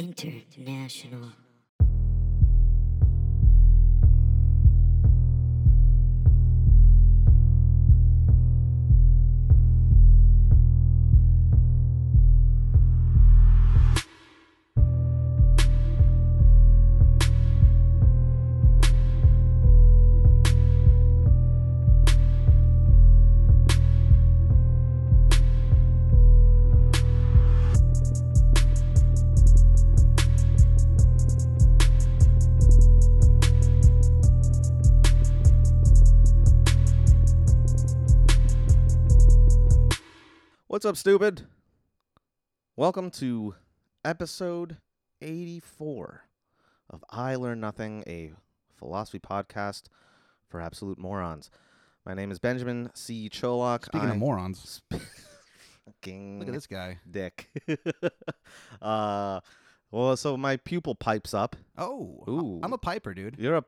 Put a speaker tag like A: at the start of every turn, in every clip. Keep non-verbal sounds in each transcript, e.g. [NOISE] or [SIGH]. A: International.
B: What's up, stupid? Welcome to episode 84 of I Learn Nothing, a philosophy podcast for absolute morons. My name is Benjamin C. Cholak.
C: Speaking
B: I
C: of morons,
B: Fucking
C: look at this guy.
B: dick. [LAUGHS] uh, well, so my pupil pipes up.
C: Oh, I-
B: Ooh.
C: I'm a piper, dude.
B: You're a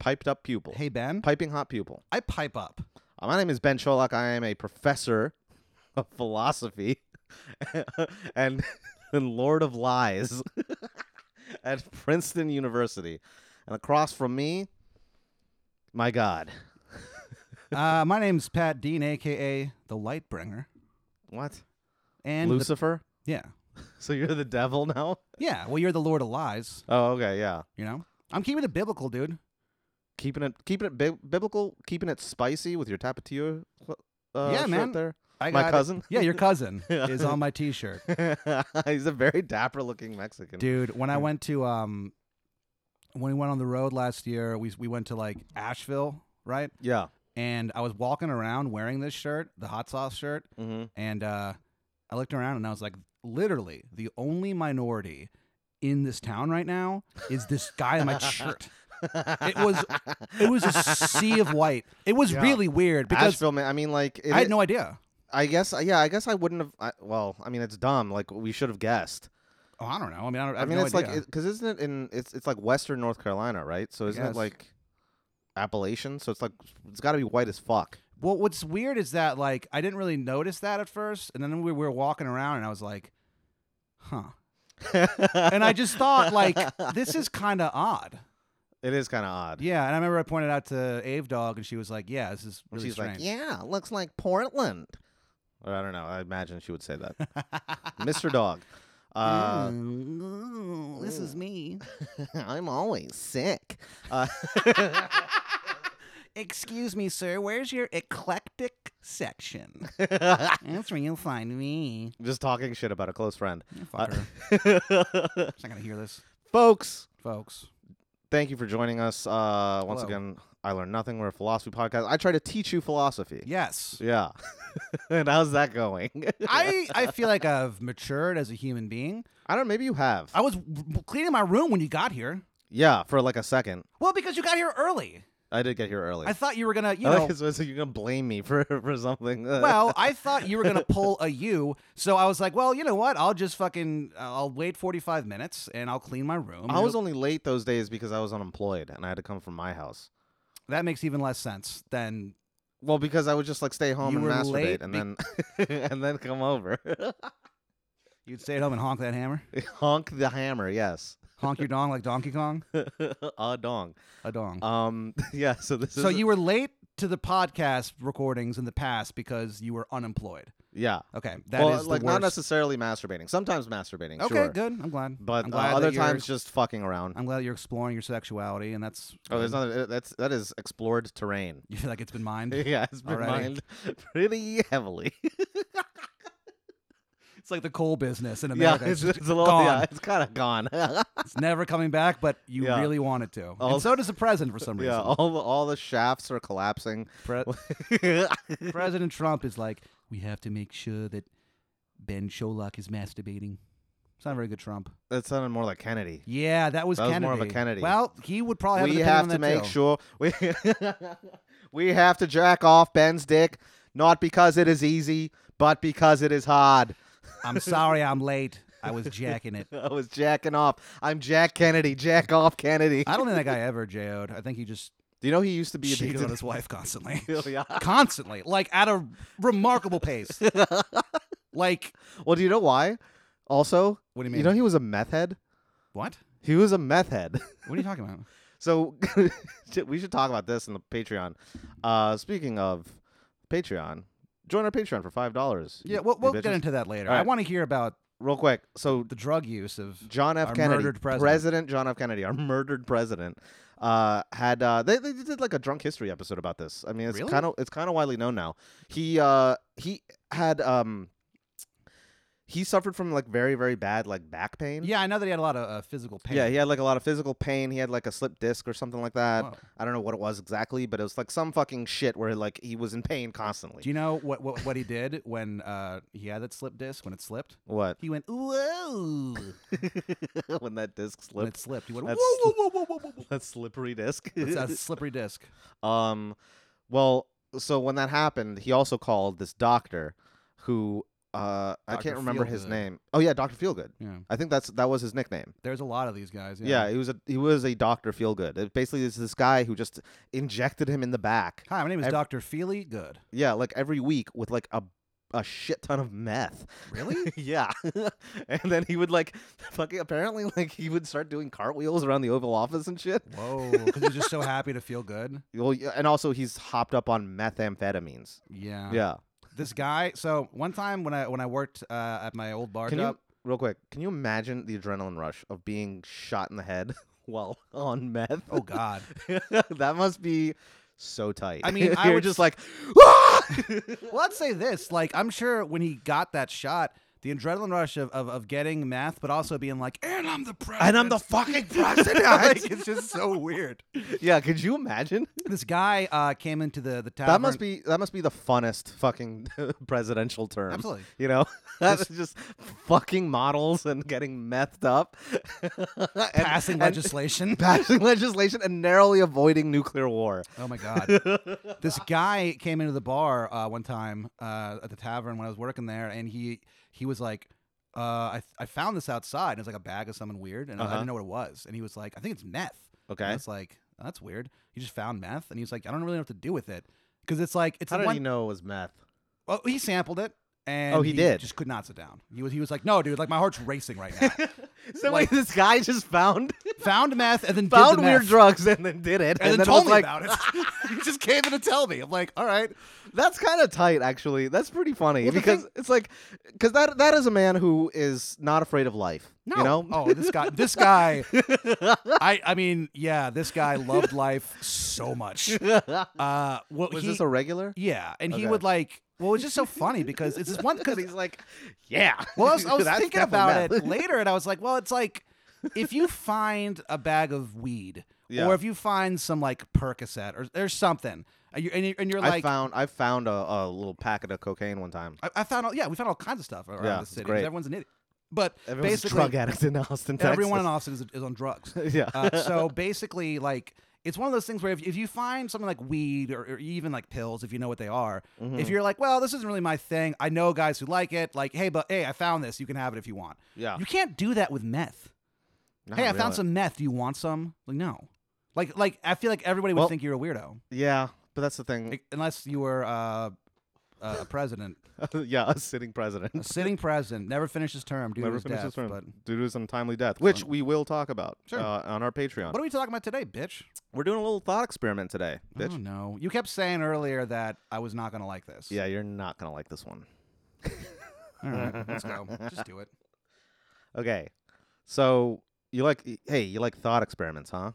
B: piped up pupil.
C: Hey Ben,
B: Piping hot pupil.
C: I pipe up.
B: Uh, My name is Ben Cholak. I am a professor of philosophy [LAUGHS] and, and Lord of Lies [LAUGHS] at Princeton University. And across from me, my God.
C: Uh, my name's Pat Dean, aka the Lightbringer,
B: What?
C: and the-
B: Lucifer?
C: yeah,
B: So you're the devil now?
C: yeah. Well, you're the Lord of Lies.
B: Oh, okay, yeah.
C: You know, I'm keeping it biblical, dude.
B: Keeping it keeping it bi- biblical, keeping it spicy with your tapatio uh,
C: Yeah,
B: shirt
C: man.
B: there.
C: I
B: My
C: got it.
B: cousin? [LAUGHS]
C: Yeah, your cousin
B: Yeah.
C: is on my T-shirt,
B: He's a very dapper looking Mexican.
C: dude. When I went to um, when we went on the road last year, we we went to like Asheville, right?
B: Yeah.
C: And I was walking around wearing this shirt, the hot sauce shirt,
B: hmm
C: And uh, I looked around and I was like, literally, the only minority in this town right now is this
B: [LAUGHS]
C: guy in my shirt. It was- It was a sea of white. It was
B: Yeah.
C: really weird because
B: Asheville, man. I mean, like, it,
C: I had no idea.
B: I guess, yeah, I guess I wouldn't have. I, well, I mean, it's dumb. Like we should have guessed.
C: Oh, I don't know. I mean, I, don't, I
B: I,
C: have
B: mean,
C: no
B: it's
C: idea.
B: like because isn't it in? It's it's like Western North Carolina, right? So isn't it
C: guess.
B: like Appalachian? So it's like it's got to be white as fuck.
C: well, what's weird is that like I didn't really notice that at first, and then we were walking around and I was like, huh. And I just thought like
B: [LAUGHS]
C: this is kind of odd.
B: it is kind of odd.
C: Yeah, and I remember I pointed out to Ave Dog, and she was like, "Yeah, this is
B: And
C: really
B: she's
C: strange."
B: like, yeah, looks like Portland. Or I don't know. I imagine she would say that,
C: [LAUGHS]
B: Mr. Dog. Uh,
C: Mm. this is me.
B: [LAUGHS] I'm always sick.
C: [LAUGHS]
B: Uh, [LAUGHS]
C: Excuse me, sir. Where's your eclectic
B: [LAUGHS]
C: section? That's where you'll find me.
B: just talking shit about a close friend. [LAUGHS]
C: Yeah,
B: Uh,
C: fuck her. She's not gonna hear this,
B: folks.
C: folks.
B: thank you for joining us. Uh, once
C: Hello.
B: again, I learned nothing. We're a philosophy podcast. I try to teach you philosophy. [LAUGHS]
C: Yes,
B: Yeah. and how's that going? [LAUGHS]
C: I I feel like I've matured as a human being.
B: I don't. Maybe you have.
C: I was w- cleaning my room when you got here.
B: yeah, for like a second.
C: Well, because you got here early.
B: I did get here early. [LAUGHS]
C: I thought you were gonna, you
B: I like
C: know.
B: it, so, so you're gonna blame me for [LAUGHS] for something. Uh,
C: Well,
B: [LAUGHS]
C: I thought you were gonna pull a you, so I was like, well, you know what? I'll just fucking, I'll wait forty five minutes and I'll clean my room.
B: I
C: and
B: was
C: it'll-
B: only late those days because I was unemployed and I had to come from my house.
C: that makes even less sense than
B: Well, because I would just like stay home
C: You
B: and
C: were
B: masturbate
C: late
B: and
C: be-
B: then and then [LAUGHS] come over,
C: you'd stay at home and honk that hammer.
B: honk the hammer. Yes, [LAUGHS]
C: honk your dong like Donkey Kong?
B: ah dong.
C: A dong.
B: Um, [LAUGHS] yeah. So this
C: so
B: is
C: you were late to the podcast recordings in the past because you were unemployed.
B: yeah.
C: Okay, that is
B: well,
C: the
B: like
C: worst.
B: not necessarily masturbating. Sometimes masturbating,
C: Okay,
B: sure.
C: good. I'm glad.
B: But
C: I'm
B: uh,
C: glad that
B: other
C: you're-
B: times just fucking around.
C: I'm glad you're exploring your sexuality, and that's
B: oh, there's
C: good.
B: another. That's that is explored terrain.
C: [LAUGHS]
B: [LAUGHS]
C: You feel like it's been mined.
B: yeah, it's been mined
C: Alrighty.
B: [LAUGHS] pretty heavily.
C: it's like [LAUGHS] the coal business in
B: yeah,
C: America.
B: it's,
C: it's, just
B: it's a little.
C: gone.
B: Yeah, it's kind of gone. [LAUGHS]
C: It's never coming back, but you
B: Yeah.
C: really want it to.
B: All-
C: and so does the president for some reason.
B: [LAUGHS] yeah, all the, all the shafts are collapsing. [LAUGHS]
C: Pre-
B: yeah,
C: president Trump is like, we have to make sure that Ben Sholok is masturbating. It's not very good, Trump.
B: that sounded more like Kennedy.
C: Yeah, that was
B: That was
C: Kennedy.
B: more of a Kennedy.
C: Well, he would probably have
B: we
C: an opinion
B: have to
C: on that,
B: make
C: too.
B: sure [LAUGHS] we we have to jack off Ben's dick, not because it is easy, but because it is hard.
C: I'm
B: [LAUGHS]
C: sorry I'm late. I was jacking it.
B: I was jacking off. I'm Jack Kennedy. Jack off Kennedy.
C: I don't think that guy ever JO'd. I think he just
B: Do you know he used to be
C: cheated
B: addicted
C: on his wife constantly.
B: to? [LAUGHS] yeah.
C: constantly. Like at a
B: [LAUGHS]
C: remarkable pace. like
B: Well, do you know why? Also,
C: what do you
B: you,
C: mean?
B: know he was a meth head.
C: What?
B: He was a meth head. [LAUGHS]
C: What are you talking about?
B: So [LAUGHS] we should talk about this in the Patreon. Uh, speaking of Patreon, join our Patreon for five dollars.
C: Yeah, we'll, we'll get into that later.
B: All
C: I
B: right.
C: want to hear about
B: real quick. So
C: the drug use of.
B: John F.
C: Our
B: Kennedy,
C: murdered president.
B: John F. Kennedy, our murdered president, uh, had uh, they, they did like a drunk history episode about this. I mean, it's
C: Really?
B: kind of it's kind of widely known now. He uh, he had um, he suffered from like very very bad like back pain.
C: Yeah, I know that he had a lot of uh, physical pain.
B: Yeah, he had like a lot of physical pain. He had like a slip disc or something like that.
C: Whoa.
B: I don't know what it was exactly, but it was like some fucking shit where like he was in pain constantly.
C: Do you know what what, what he did when uh, he had that slip disc? When it slipped,
B: what? [LAUGHS]
C: he went whoa.
B: when that disc
C: when
B: slipped,
C: it slipped, he went whoa
B: That's
C: whoa whoa whoa whoa whoa. whoa.
B: that slippery disc.
C: It's
B: [LAUGHS]
C: a slippery disc.
B: Um, well, so when that happened, he also called this doctor, who uh, I
C: Dr.
B: can't remember his
C: Feelgood.
B: name. Oh yeah, Doctor Feelgood.
C: Yeah,
B: I think that's that was his nickname.
C: there's a lot of these guys.
B: Yeah, he was a he was a Doctor Feelgood. It basically is this guy who just injected him in the back.
C: Hi, my name is
B: Ev-
C: Doctor Feely. Good.
B: Yeah, like every week with like a a shit ton of meth. [LAUGHS]
C: Really?
B: yeah, [LAUGHS] and then he would like [LAUGHS] fucking apparently like he would start doing cartwheels around the Oval Office and shit.
C: Whoa, because he's just so happy to feel good.
B: Well, yeah, and also he's hopped up on methamphetamines.
C: Yeah.
B: Yeah.
C: This guy. So one time when I when I worked uh, at my old bar
B: Can you
C: job,
B: real quick? Can you imagine the adrenaline rush of being shot in the head [LAUGHS] while on meth?
C: oh god,
B: [LAUGHS] that must be so tight. [LAUGHS]
C: I mean, I
B: You're
C: would
B: just
C: s-
B: like, "Ah!"
C: well, let's say this. Like, I'm sure when he got that shot, the adrenaline rush of, of, of getting meth, but also being like, and I'm the president.
B: and I'm [LAUGHS] the fucking [LAUGHS] president.
C: [LAUGHS] like, it's just so weird.
B: yeah, could you imagine?
C: This guy uh, came into the, the tavern.
B: That must be that must be the funnest fucking [LAUGHS] presidential term.
C: Absolutely.
B: [LAUGHS] You know, that's just fucking models and getting methed up, [LAUGHS] And-
C: Passing
B: and [LAUGHS]
C: legislation.
B: passing legislation, and narrowly avoiding nuclear war.
C: Oh my god! this guy came into the bar uh, one time uh, at the tavern when I was working there, and he he was like, uh, "I I found this outside. And it was like a bag of something weird, and I- I
B: Uh-huh.
C: didn't know what it was." And he was like, "I think it's meth." And
B: Okay,
C: I was like, "Oh, "That's weird. You just found meth." And he was like, "I don't really know what to do with it because it's like it's
B: how
C: the
B: did
C: one.
B: he know it was meth?
C: Well, he sampled it." And
B: Oh, he did.
C: Just could not sit down. He was. He was like, "No, dude. Like my heart's racing right
B: [LAUGHS]
C: now."
B: So like,
C: Like-
B: this guy just found
C: Found meth and then did the
B: found weird
C: meth,
B: drugs and then did it,
C: and, then,
B: it [LAUGHS]
C: told
B: was
C: me
B: like,
C: about it. [LAUGHS] he just came in to tell me. I'm like, "All right."
B: That's kind of tight, actually. That's pretty funny
C: Well, the
B: because
C: thing-
B: it's like, because that that is a man who is not afraid of life.
C: No.
B: You know,
C: [LAUGHS]
B: [LAUGHS]
C: Oh, this guy. This guy. I. I mean, yeah, this guy loved life
B: [LAUGHS]
C: so much. Uh, well,
B: was
C: he,
B: this a regular?
C: yeah, and he
B: Okay.
C: would like. Well, it's just so funny because it's this
B: [LAUGHS]
C: one.
B: Because
C: Cause,
B: he's like, yeah.
C: well, I was, I [LAUGHS]
B: [LAUGHS]
C: was
B: That's
C: thinking
B: definitely
C: about
B: meth.
C: it later, and I was like, well, it's like
B: [LAUGHS]
C: if you find a bag of weed,
B: Yeah.
C: or if you find some like Percocet or there's something, and you're, and you're, and [LAUGHS] you're
B: I
C: like.
B: found I found a, a little packet of cocaine one time.
C: I, I found all, yeah, we found all kinds of stuff around
B: Yeah,
C: the
B: it's
C: city. 'cause
B: great.
C: Everyone's an idiot, but
B: Everyone's a
C: basically,
B: drug addict in Austin, Texas.
C: everyone in Austin is, is on drugs.
B: [LAUGHS] yeah.
C: Uh, so basically, like, it's one of those things where if, if you find something like weed or, or even like pills, if you know what they are, if
B: Mhm.
C: you're like, well, this isn't really my thing, I know guys who like it, like, hey, but hey, I found this, you can have it if you want.
B: yeah.
C: You can't do that with meth.
B: Not
C: hey, I found
B: really.
C: some meth. Do you want some? Like, no. Like, like I feel like everybody would
B: Well-
C: think you're a weirdo
B: Yeah, but that's the thing.
C: like, unless you were uh,
B: [LAUGHS]
C: a president,
B: yeah, a sitting president.
C: a sitting president, never finished his term due to
B: Never
C: his
B: finished
C: death.
B: his term
C: But
B: due to his untimely death, which we will talk about
C: Sure.
B: uh, on our Patreon.
C: what are we talking about today, bitch?
B: We're doing a little thought experiment today,
C: I
B: bitch.
C: don't know. You kept saying earlier that I was not gonna like this.
B: Yeah, you're not gonna like this one.
C: All [LAUGHS] right, let's go. Just do it.
B: Okay, so you like hey, you like thought experiments, huh?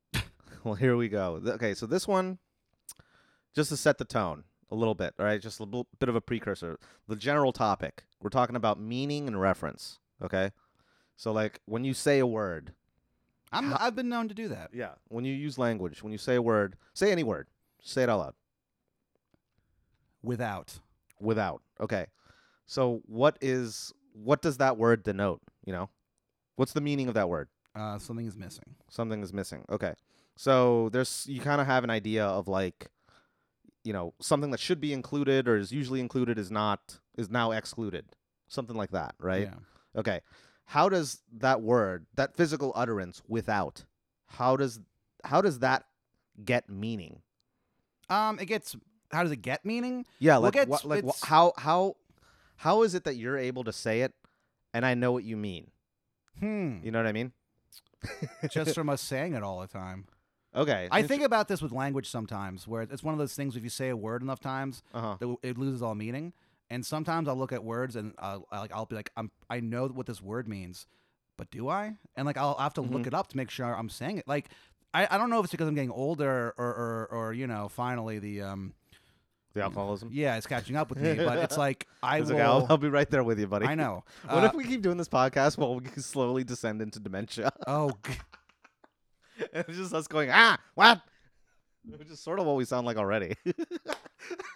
B: [LAUGHS] well, here we go. Th- Okay, so this one, just to set the tone a little bit, all right, just a little bit of a precursor. The general topic we're talking about meaning and reference. Okay, so like when you say a word,
C: I'm,
B: How-
C: I've been known to do that.
B: yeah, when you use language, when you say a word, say any word, say it out loud.
C: Without.
B: without. Okay. So what is what does that word denote, you know? What's the meaning of that word?
C: Uh, something is missing.
B: Something is missing. Okay. So there's you kind of have an idea of like you know, something that should be included or is usually included is not is now excluded. Something like that, right?
C: Yeah.
B: Okay. How does that word, that physical utterance without, how does how does that get meaning?
C: Um, it gets. How does it get meaning?
B: Yeah,
C: Well,
B: like
C: it's-
B: what, like wha-
C: it's-
B: how how how is it that you're able to say it and I know what you mean?
C: Hmm.
B: [LAUGHS] You know what I mean?
C: just from us saying it all the time.
B: Okay.
C: I think about this with language sometimes, where it's one of those things. If you say a word enough times,
B: Uh
C: that it loses all meaning. And sometimes I'll look at words and uh, I- like I'll be like, I'm I know what this word means, but do I? And like I'll have to look
B: Mhm.
C: it up to make sure I'm saying it. Like I, I don't know if it's because I'm getting older or or, or you know finally the um
B: The alcoholism.
C: yeah it's catching up with me. But it's
B: [LAUGHS]
C: like I
B: It's
C: will.
B: like, I'll, I'll be right there with you, buddy.
C: I know.
B: [LAUGHS] What
C: Uh,
B: if we keep doing this podcast while we [LAUGHS] slowly descend into
C: [LAUGHS]
B: dementia? [LAUGHS]
C: oh, g-
B: it's just us going, ah, what? Which is sort of what we sound like already. [LAUGHS]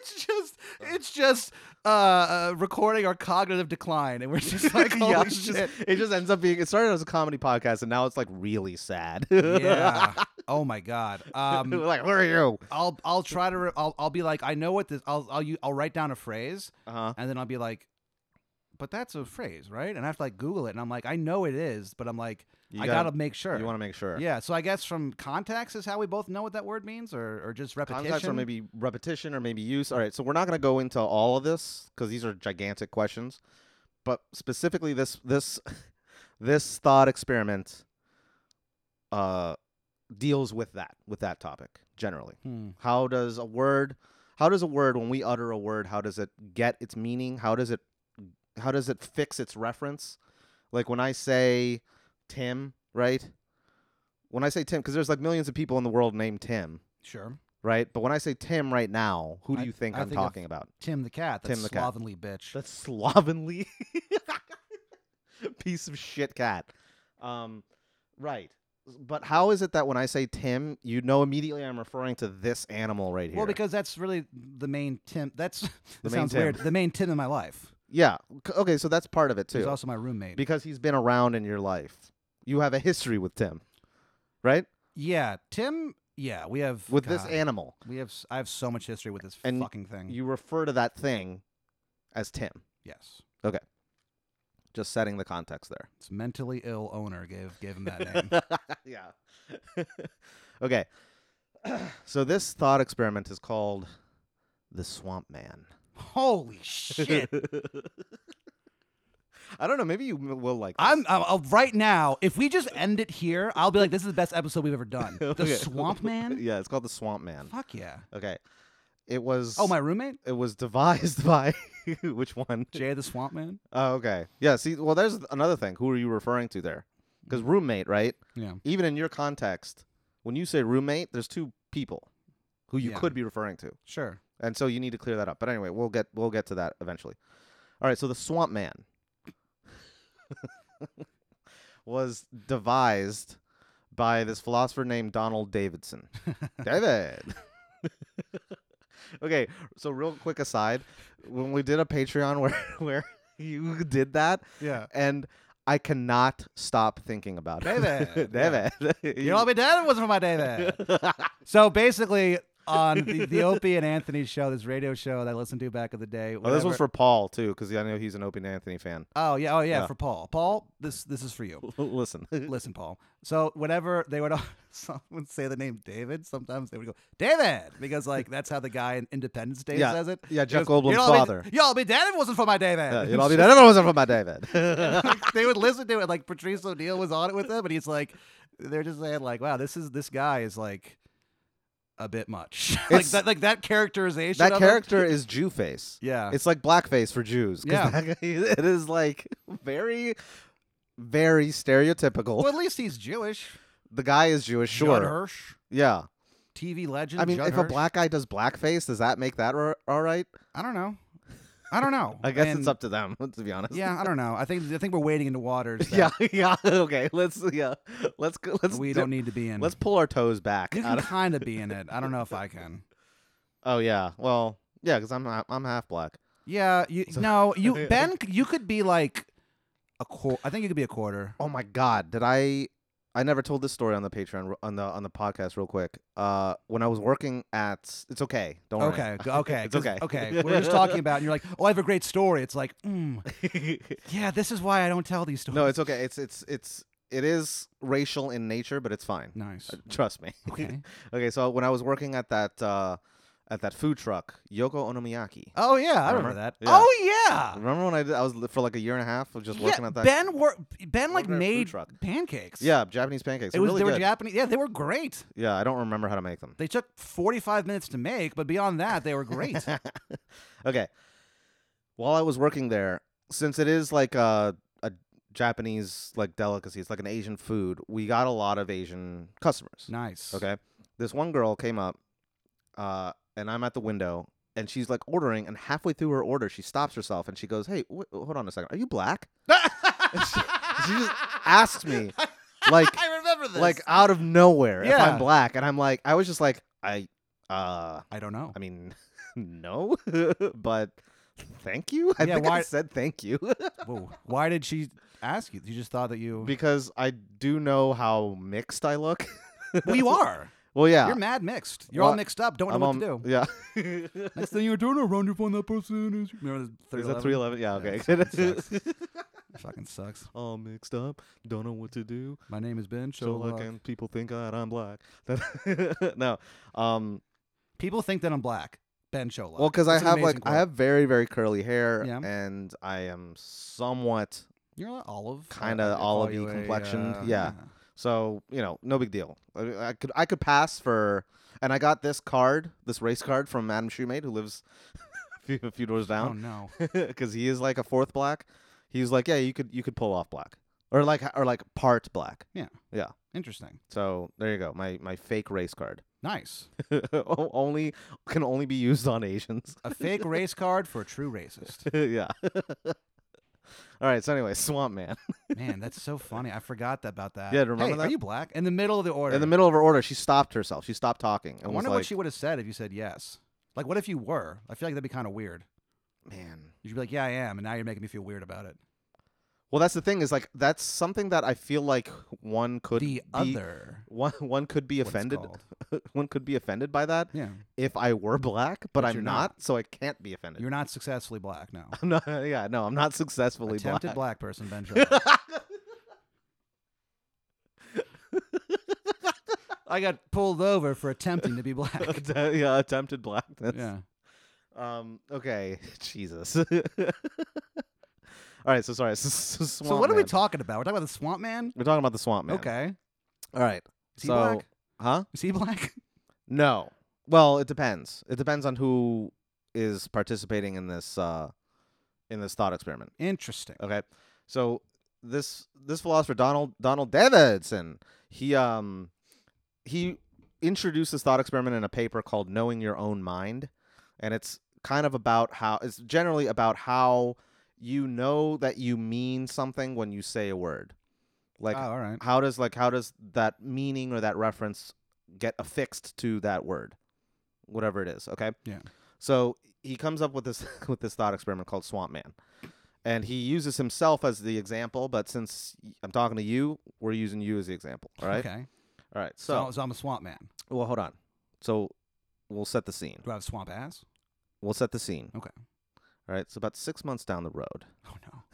C: it's just it's just uh, uh recording our cognitive decline, and we're [LAUGHS]
B: [LAUGHS]
C: just like holy
B: Yeah, it's
C: shit.
B: just- it just ends up being. It started as a comedy podcast, and now it's like really sad. [LAUGHS]
C: yeah. Oh my god. Um,
B: We're like, where are you?
C: I'll I'll try to re- I'll I'll be like I know what this I'll I'll u- I'll write down a phrase
B: Uh huh.
C: and then I'll be like, but that's a phrase, right? And I have to like Google it and I'm like I know it is, but I'm like I gotta, make sure.
B: You want to make sure.
C: yeah. So I guess from context is how we both know what that word means, or or just repetition.
B: Context or maybe repetition or maybe use. All right, so we're not going to go into all of this because these are gigantic questions, but specifically this this [LAUGHS] this thought experiment uh, deals with that with that topic generally.
C: Hmm.
B: How does a word? How does a word when we utter a word? How does it get its meaning? How does it? How does it fix its reference? Like when I say Tim, right? When I say Tim, because there's like millions of people in the world named Tim,
C: Sure.
B: right? But when I say Tim right now, who do
C: I-
B: you think
C: I
B: I'm
C: think of-
B: talking
C: [LAUGHS]
B: about?
C: Tim the cat. That
B: Tim the cat.
C: slovenly bitch.
B: That slovenly [LAUGHS] piece of shit cat. Um, right. But how is it that when I say Tim, you know immediately I'm referring to this animal right here?
C: well, because that's really the main Tim. That's [LAUGHS] that
B: main
C: sounds
B: Tim.
C: weird. The main Tim in my life.
B: Yeah. c- Okay, so that's part of it
C: He's
B: too.
C: also my roommate.
B: because he's been around in your life. You have a history with Tim, right?
C: yeah, Tim. Yeah, we have
B: With this
C: God,
B: animal.
C: We have s- I have so much history with this
B: And
C: fucking thing.
B: You refer to that thing as Tim.
C: yes.
B: Just setting the context there.
C: It's mentally ill owner gave gave him that name. [LAUGHS]
B: yeah. [LAUGHS] okay. [CLEARS THROAT] so this thought experiment is called the Swamp Man.
C: Holy shit.
B: [LAUGHS] I don't know. Maybe you m- will like. This.
C: I'm, I'm uh, right now. If we just end it here, I'll be like, "This is the best episode we've ever done." The
B: [LAUGHS] Okay.
C: Swamp Man.
B: [LAUGHS] yeah, it's called the Swamp Man.
C: Fuck yeah.
B: Okay. It was.
C: Oh,
B: [LAUGHS]
C: my roommate,
B: It was devised [LAUGHS] by which one?
C: Jay the Swamp Man.
B: Oh, okay. Yeah. See, well, there's another thing. Who are you referring to there? Because
C: Mm-hmm.
B: roommate, right?
C: Yeah.
B: Even in your context, when you say roommate, there's two people who you
C: Yeah.
B: could be referring to.
C: Sure.
B: and so you need to clear that up. But anyway, we'll get we'll get to that eventually. All right, so the Swamp Man [LAUGHS] was devised by this philosopher named Donald
C: [LAUGHS]
B: Davidson. David. [LAUGHS] okay, so real quick aside, when we did a Patreon [LAUGHS] where where you did that,
C: Yeah.
B: and I cannot stop thinking about it. [LAUGHS]
C: David, yeah.
B: David.
C: You'd
B: [LAUGHS]
C: all be dead if it wasn't for my day there. so basically, on the, the Opie and Anthony show, this radio show that I listened to back in the day.
B: Oh, this
C: whenever-
B: one's for Paul too, because I know he's an Opie and Anthony fan.
C: Oh yeah. Oh yeah.
B: Yeah.
C: For Paul. Paul, this this is for you.
B: [LAUGHS] Listen.
C: Listen, Paul. So whenever they would [LAUGHS] someone would say the name David, sometimes they would go David because like that's how the guy in Independence Day
B: Yeah.
C: says it.
B: Yeah,
C: He
B: Jeff
C: goes,
B: Goldblum's
C: "Y'all be-
B: father.
C: Y'all be dead if it wasn't for my David.
B: Yeah,
C: It's
B: it'll all be
C: [LAUGHS] just-
B: that it wasn't for my
C: [LAUGHS]
B: David.
C: like, they would listen to it. Like Patrice O'Neill was on it with them, and he's like, they're just saying like, wow, this is this guy is like a bit much. [LAUGHS] like
B: It's-
C: that, like that
B: [LAUGHS]
C: characterization.
B: that
C: of him-
B: character is Jew face.
C: Yeah.
B: It's like blackface for Jews. 'cause
C: Yeah.
B: that guy- [LAUGHS] it is like very, very stereotypical.
C: well, at least he's Jewish.
B: The guy is Jewish,
C: Judd
B: sure.
C: Hirsch,
B: Yeah.
C: TV legend.
B: I mean,
C: Judd
B: if a
C: Hirsch.
B: black guy does blackface, does that make that r- all right?
C: I don't know. I don't know.
B: [LAUGHS] I guess
C: And-
B: it's up to them, to be honest. [LAUGHS]
C: Yeah, I don't know. I think I think we're wading into waters. That
B: Yeah, [LAUGHS] yeah. Okay, let's yeah, let's go- let's
C: we
B: do-
C: don't need to be in.
B: let's pull our toes
C: [LAUGHS]
B: back.
C: you
B: out
C: can
B: of-
C: kind
B: [LAUGHS]
C: of be in it. I don't know if I can.
B: oh yeah, well yeah, because I'm ha- I'm half black.
C: Yeah, you no,
B: [LAUGHS]
C: you Ben, c- you could be like a quarter. I think you could be a quarter.
B: Oh my god, did I I never told this story on the Patreon on the on the podcast real quick. Uh when I was working at it's okay. Don't worry.
C: Okay,
B: [LAUGHS]
C: g- okay,
B: It's
C: 'cause-
B: okay. [LAUGHS]
C: Okay, we're just talking about, and you're like, oh, I have a great story. It's like, mm, [LAUGHS] yeah, this is why I don't tell these
B: [LAUGHS]
C: stories.
B: no, it's okay. It's it's it's it is racial in nature, but it's fine.
C: nice.
B: [LAUGHS] Trust me.
C: Okay,
B: okay, so when I was working at that uh at that food truck, Yoko Onomiyaki.
C: Oh yeah, I remember,
B: Remember?
C: that.
B: Yeah.
C: Oh yeah.
B: Remember when I did, I was li- for like a year and a half of just
C: yeah,
B: working at [LAUGHS] that?
C: Ben wor- Ben like
B: working at a food
C: made
B: truck.
C: pancakes.
B: yeah, Japanese pancakes.
C: It
B: They're
C: was
B: really
C: they were
B: good.
C: Japanese. Yeah, they were great.
B: yeah, I don't remember how to make them.
C: They took 45 minutes to make, but beyond that, they
B: [LAUGHS]
C: were great.
B: okay. While I was working there, since it is like a, a Japanese like delicacy, it's like an Asian food. We got a lot of Asian customers.
C: nice.
B: Okay. This one girl came up, uh, and I'm at the window, and she's like ordering, and halfway through her order, she stops herself and she goes, "Hey, wh- hold on a second. Are you black?"
C: [LAUGHS]
B: She just asked me, like,
C: I remember this.
B: like out of nowhere, if
C: Yeah.
B: I'm black, and I'm like, I was just like, I, uh,
C: I
B: [LAUGHS]
C: don't know.
B: I mean, no, [LAUGHS] but thank you. I
C: Yeah,
B: think I
C: why-
B: said thank you
C: Whoa. Why did she ask you? You just thought that
B: [LAUGHS]
C: you.
B: because I do know how mixed I look. [LAUGHS]
C: well, you are.
B: Well, yeah,
C: You're mad mixed. You're all
B: Well,
C: mixed up. Don't know
B: I'm
C: what
B: on,
C: to do.
B: yeah.
C: [LAUGHS] Next thing you're doing, around your phone, that person is. Remember
B: [LAUGHS]
C: the
B: Is that 311?
C: 311?
B: Yeah, okay.
C: Yeah, it Fucking sucks.
B: [LAUGHS] All mixed up, don't know what to do.
C: My name is Ben.
B: So
C: So,
B: like, and people think that I'm black. [LAUGHS] That- [LAUGHS] no, um,
C: people think that I'm black. Ben Chola.
B: well, because I have like I have very very curly hair,
C: Yeah.
B: and I am somewhat
C: You're like olive. I-
B: kinda
C: I call
B: olive-y
C: you a,
B: complexioned,
C: uh,
B: yeah. So you know, no big deal. I, I could I could pass for, and I got this card, this race card from Adam Shoemate, who lives [LAUGHS] a, few, a few doors
C: Oh
B: down,
C: no.
B: [LAUGHS] because he is like a fourth black. He's like, yeah, you could you could pull off black, or like or like part black.
C: Interesting.
B: So there you go, my my fake race card. [LAUGHS]
C: Nice.
B: O- only can only be used on Asians. [LAUGHS]
C: A fake race card for a true racist.
B: yeah. [LAUGHS] All right. So anyway, Swamp Man.
C: Man, that's so funny. I forgot about that.
B: Yeah, remember
C: hey, Are
B: that?
C: you black? In the middle of the order.
B: In the middle of her order, she stopped herself. She stopped talking. And
C: I
B: was
C: wonder
B: like,
C: what she would have said if you said yes. Like, what if you were? I feel like that'd be kind of weird.
B: Man.
C: You'd be like, "Yeah, I am," and now you're making me feel weird about it.
B: Well, that's the thing is like that's something that I feel like one could
C: the
B: be,
C: other.
B: one one could be
C: what it's
B: offended.
C: called.
B: [LAUGHS] one could be offended by that
C: Yeah,
B: if I were black, but,
C: But
B: I'm
C: you're
B: not,
C: not.
B: so I can't be offended.
C: you're not successfully black now.
B: [LAUGHS] I'm not. Yeah, no, I'm not successfully
C: Attempted
B: black.
C: black person, Ben.
B: [LAUGHS]
C: Shapiro.
B: [LAUGHS]
C: I [LAUGHS] got pulled over for attempting to be black.
B: Att- yeah, attempted blackness.
C: yeah.
B: Um. Okay. [LAUGHS] Jesus. All right. So sorry. So, so,
C: So
B: Swamp
C: what are we
B: Man.
C: talking about? We're talking about the Swamp Man.
B: We're talking about the Swamp Man.
C: Okay.
B: All right.
C: Is he
B: so,
C: black?
B: huh?
C: Is he black? [LAUGHS]
B: No. Well, it depends. It depends on who is participating in this uh, in this thought experiment.
C: Interesting.
B: Okay. So this this philosopher Donald Donald Davidson, he um he introduced this thought experiment in a paper called Knowing Your Own Mind. And it's kind of about how it's generally about how you know that you mean something when you say a word. Like
C: oh, all right.
B: how does like how does that meaning or that reference get affixed to that word whatever it is okay
C: Yeah.
B: so he comes up with this [LAUGHS] with this thought experiment called swamp man and he uses himself as the example but since y- i'm talking to you we're using you as the example all right
C: Okay.
B: all right
C: So,
B: so
C: so I'm a Swamp Man.
B: well hold on so we'll set the scene
C: Do I have swamp ass?
B: we'll set the scene
C: Okay.
B: all right it's about six months down the road
C: Oh no.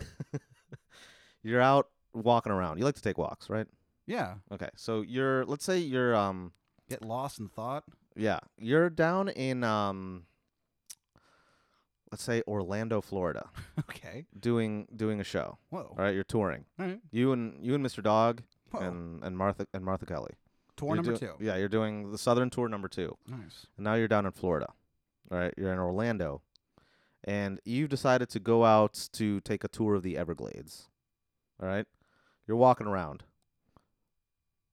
B: you're out walking around you like to take walks right
C: Yeah.
B: okay so you're let's say you're um
C: Get lost in thought. [LAUGHS]
B: Yeah, you're down in um let's say Orlando, Florida,
C: Okay.
B: doing doing a show.
C: Whoa.
B: All right, you're touring.
C: All right.
B: You and you and Mr. Dog
C: Whoa.
B: and and Martha and Martha Kelly.
C: Tour
B: You're
C: number
B: doing-
C: two.
B: Yeah, you're doing the Southern tour number 2.
C: Nice.
B: And now you're down in Florida. All right, you're in Orlando. And you've decided to go out to take a tour of the Everglades. All right? You're walking around.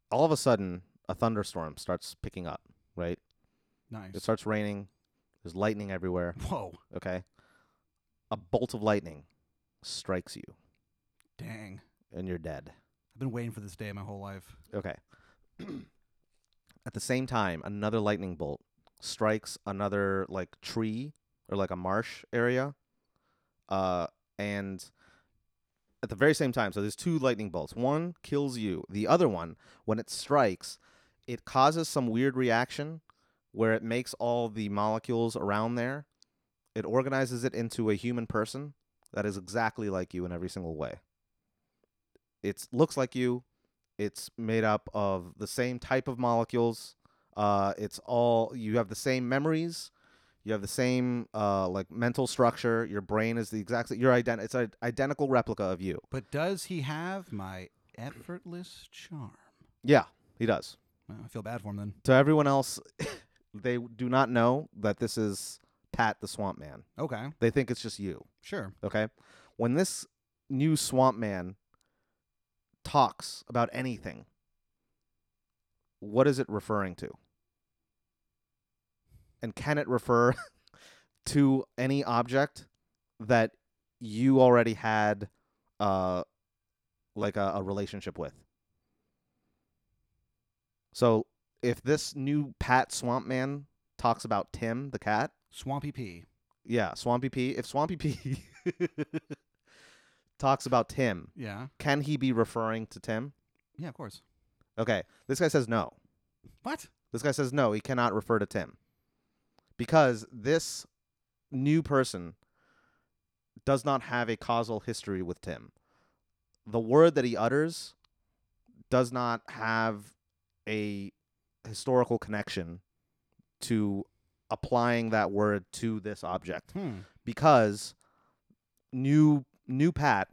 B: All of a sudden, a thunderstorm starts picking up, right?
C: Nice.
B: It starts raining. There's lightning everywhere.
C: Whoa.
B: Okay. A bolt of lightning strikes you
C: Dang.
B: and you're dead.
C: I've been waiting for this day my whole life.
B: Okay. At the same time, another lightning bolt strikes another like tree or like a marsh area. Uh and at the very same time, so there's two lightning bolts. One kills you. The other one, when it strikes, it causes some weird reaction where it makes all the molecules around there. It organizes it into a human person that is exactly like you in every single way. It looks like you. It's made up of the same type of molecules. Uh, it's all you have the same memories. You have the same uh, like mental structure. Your brain is the exact. sa- You're ident. It's an identical replica of you.
C: But does he have my effortless charm?
B: Yeah, he does.
C: Well, I feel bad for him then.
B: To everyone else, [LAUGHS] they do not know that this is Pat the Swamp Man.
C: Okay,
B: They think it's just you.
C: sure.
B: Okay, when this new Swamp Man talks about anything, what is it referring to? And can it refer [LAUGHS] to any object that you already had, uh, like a, a relationship with? So if this new Pat Swamp Man talks about Tim the cat,
C: Swampy P.
B: yeah, Swampy P. If Swampy P [LAUGHS] talks about Tim,
C: Yeah,
B: can he be referring to Tim?
C: yeah, of course.
B: Okay, this guy says no.
C: What?
B: This guy says no, he cannot refer to Tim. Because this new person does not have a causal history with Tim. The word that he utters does not have a historical connection to applying that word to this object
C: Hmm.
B: because new new Pat,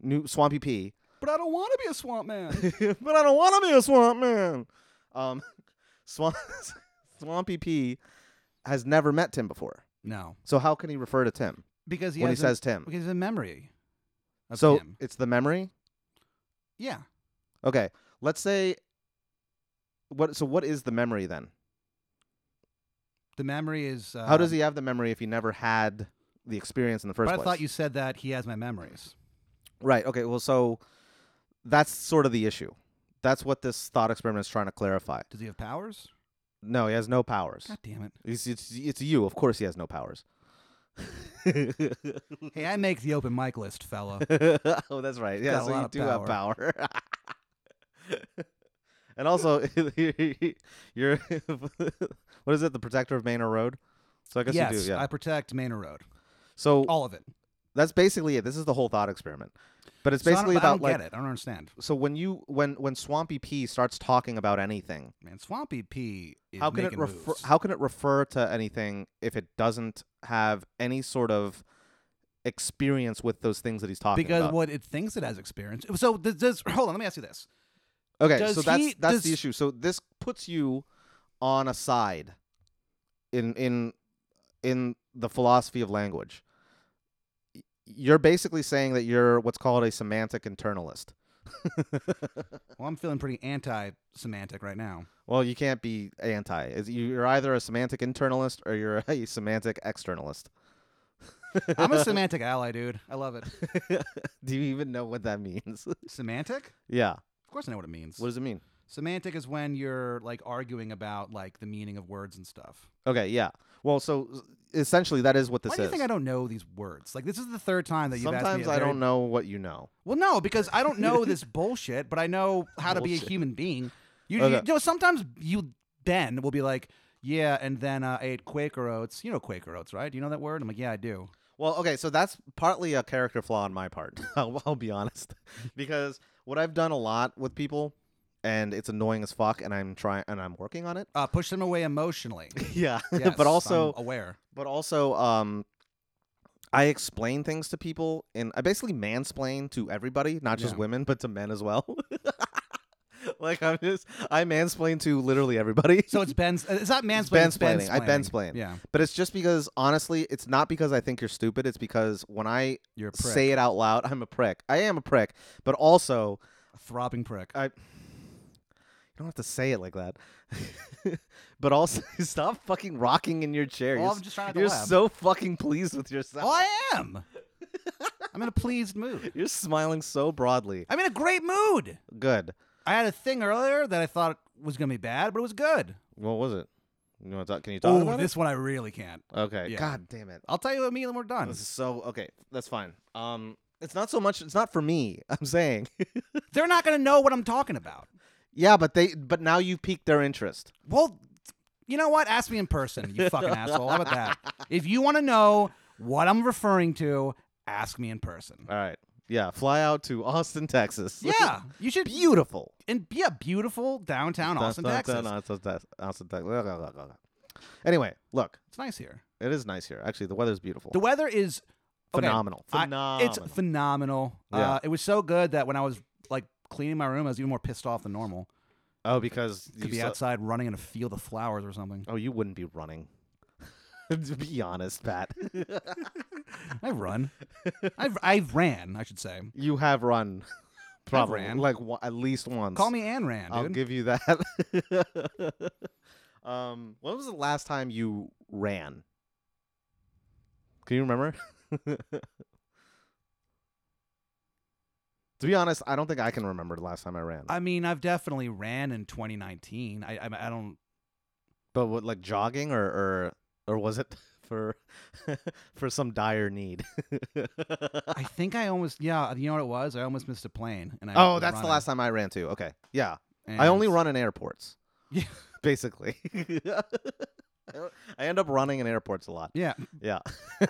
B: new Swampy P.
C: But I don't want to be a swamp man.
B: [LAUGHS] but I don't want to be a swamp man. Um, [LAUGHS] Swamp Swampy P has never met Tim before,
C: no,
B: so how can he refer to Tim
C: because he
B: when he
C: has a-
B: says Tim?
C: because he's a memory. Of
B: So
C: him.
B: it's the memory.
C: yeah,
B: Okay, let's say what. So what is the memory then?
C: the memory is. Uh,
B: how does he have the memory if he never had the experience in the first
C: But I
B: place?
C: thought you said that he has my memories.
B: Right. Okay. Well, so that's sort of the issue. That's what this thought experiment is trying to clarify.
C: Does he have powers?
B: No, he has no powers.
C: God damn it!
B: It's, it's, it's you. Of course, he has no powers. [LAUGHS]
C: Hey, I make the open mic
B: [LAUGHS]
C: list, fella.
B: oh, that's right. Yeah,
C: Got a
B: so
C: lot
B: you
C: of
B: do have power. [LAUGHS] and also, [LAUGHS] you're [LAUGHS] what is it? The protector of Manor Road. So I guess
C: yes,
B: you do. Yeah.
C: I protect Manor Road.
B: so
C: All of it.
B: that's basically it. This is the whole thought experiment. But it's
C: So I don't-
B: basically
C: I don't,
B: about like
C: get it. I don't understand.
B: so when you when when Swampy P starts talking about anything,
C: Man, Swampy P. Is
B: how can it
C: making
B: refer
C: moves.
B: how can it refer to anything if it doesn't have any sort of experience with those things that he's talking
C: because
B: about
C: what it thinks it has experience. So does, does hold on? Let me ask you this.
B: okay
C: does
B: so that's
C: he-
B: that's the
C: does-
B: issue so this puts you on a side in in in the philosophy of language Y- you're basically saying that you're what's called a semantic internalist
C: Well, I'm feeling pretty anti-semantic right now.
B: well you can't be anti It's- you're either a semantic internalist or you're [LAUGHS] a semantic externalist
C: [LAUGHS]
B: [LAUGHS]
C: I'm a semantic ally, dude. I love it.
B: do you even know what that means [LAUGHS]
C: Semantic?
B: yeah
C: Of course, I know what it means.
B: what does it mean
C: Semantic is when you're like arguing about like the meaning of words and stuff.
B: Okay, yeah. Well, so s- essentially, that is what this
C: Why
B: is.
C: do you think I don't know these words? Like this is the third time that you've asked me.
B: Sometimes
C: a
B: I
C: very-
B: don't know what you know.
C: Well, no, because I don't know
B: [LAUGHS]
C: this bullshit, but I know how to be a
B: Bullshit.
C: human being. You,
B: Okay.
C: you know, sometimes you Ben will be like, yeah, and then uh, I ate Quaker oats. You know Quaker oats, right? Do you know that word? I'm like, yeah, I do.
B: Well, okay, so that's partly a character flaw on my part. [LAUGHS] I'll, I'll be honest, [LAUGHS] because what I've done a lot with people, and it's annoying as fuck, and I'm trying and I'm working on it. [LAUGHS]
C: Uh, push them away emotionally.
B: yeah,
C: Yes,
B: but also,
C: I'm aware.
B: but also, um, I explain things to people, and I basically mansplain to everybody, not just
C: Yeah.
B: women, but to men as well. [LAUGHS] like I'm just, I mansplain to literally everybody. [LAUGHS]
C: So it's Ben's. uh, It's not mansplaining.
B: Ben
C: It's Ben
B: splaining. I Ben splain.
C: Yeah,
B: But it's just because, honestly, it's not because I think you're stupid. It's because when I
C: you're a prick.
B: say it out loud, I'm a prick. I am a prick. But also,
C: a throbbing prick.
B: I. You don't have to say it like that. [LAUGHS] but also, [LAUGHS] stop fucking rocking in your chair.
C: Well,
B: you're
C: I'm just trying to
B: you're
C: laugh.
B: so fucking pleased with yourself.
C: Oh, I am. I'm in a pleased mood.
B: You're smiling so broadly.
C: I'm in a great mood.
B: Good.
C: I had a thing earlier that I thought was gonna be bad, but it was good.
B: What was it? You want to talk? Can you talk
C: Oh,
B: about
C: this one I really can't.
B: it? Okay.
C: yeah.
B: God damn it. Oh,
C: I'll tell you immediately when we're done.
B: This is so okay. That's fine. Um, it's not so much. It's not for me. [LAUGHS] I'm saying.
C: They're not gonna know what I'm talking about.
B: Yeah, but they but now you've piqued their interest.
C: Well, you know what? Ask me in person, you
B: [LAUGHS]
C: fucking asshole. How about that? If you want to know what I'm referring to, ask me in person.
B: All right. Yeah, fly out to Austin, Texas. [LAUGHS]
C: Yeah, you should.
B: Beautiful.
C: And yeah, beautiful downtown Austin,
B: Dun, dun,
C: Texas.
B: dun, Austin, Tex- Austin, Texas. Anyway, look,
C: It's nice here.
B: it is nice here. Actually, the weather's beautiful.
C: The weather is okay,
B: phenomenal.
C: I-
B: phenomenal.
C: It's phenomenal.
B: Yeah.
C: Uh, it was so good that when I was like cleaning my room, I was even more pissed off than normal.
B: oh, because
C: Could
B: you
C: be
B: saw-
C: outside running in a field of flowers
B: [LAUGHS]
C: or something.
B: Oh, you wouldn't be running. [LAUGHS] to be honest,
C: [LAUGHS]
B: Pat.
C: I run. I've I've ran. I should say.
B: you have run. [LAUGHS] Probably
C: ran.
B: like one, at least once.
C: Call me Ann Ran,
B: I'll
C: dude.
B: give you that. [LAUGHS] um, when was the last time you ran? Can you remember? [LAUGHS] to be honest, I don't think I can remember the last time I ran.
C: I mean, I've definitely ran in 2019. I I, I don't.
B: but what, like jogging, or or or was it [LAUGHS] for for some dire need? [LAUGHS]
C: I think I almost yeah. You know what it was? I almost missed a plane. And I
B: oh,
C: was
B: that's the
C: running,
B: last time I ran too. Okay, yeah,
C: and
B: I only run in airports.
C: Yeah.
B: [LAUGHS] basically. I end up running in airports a lot.
C: Yeah,
B: Yeah, [LAUGHS]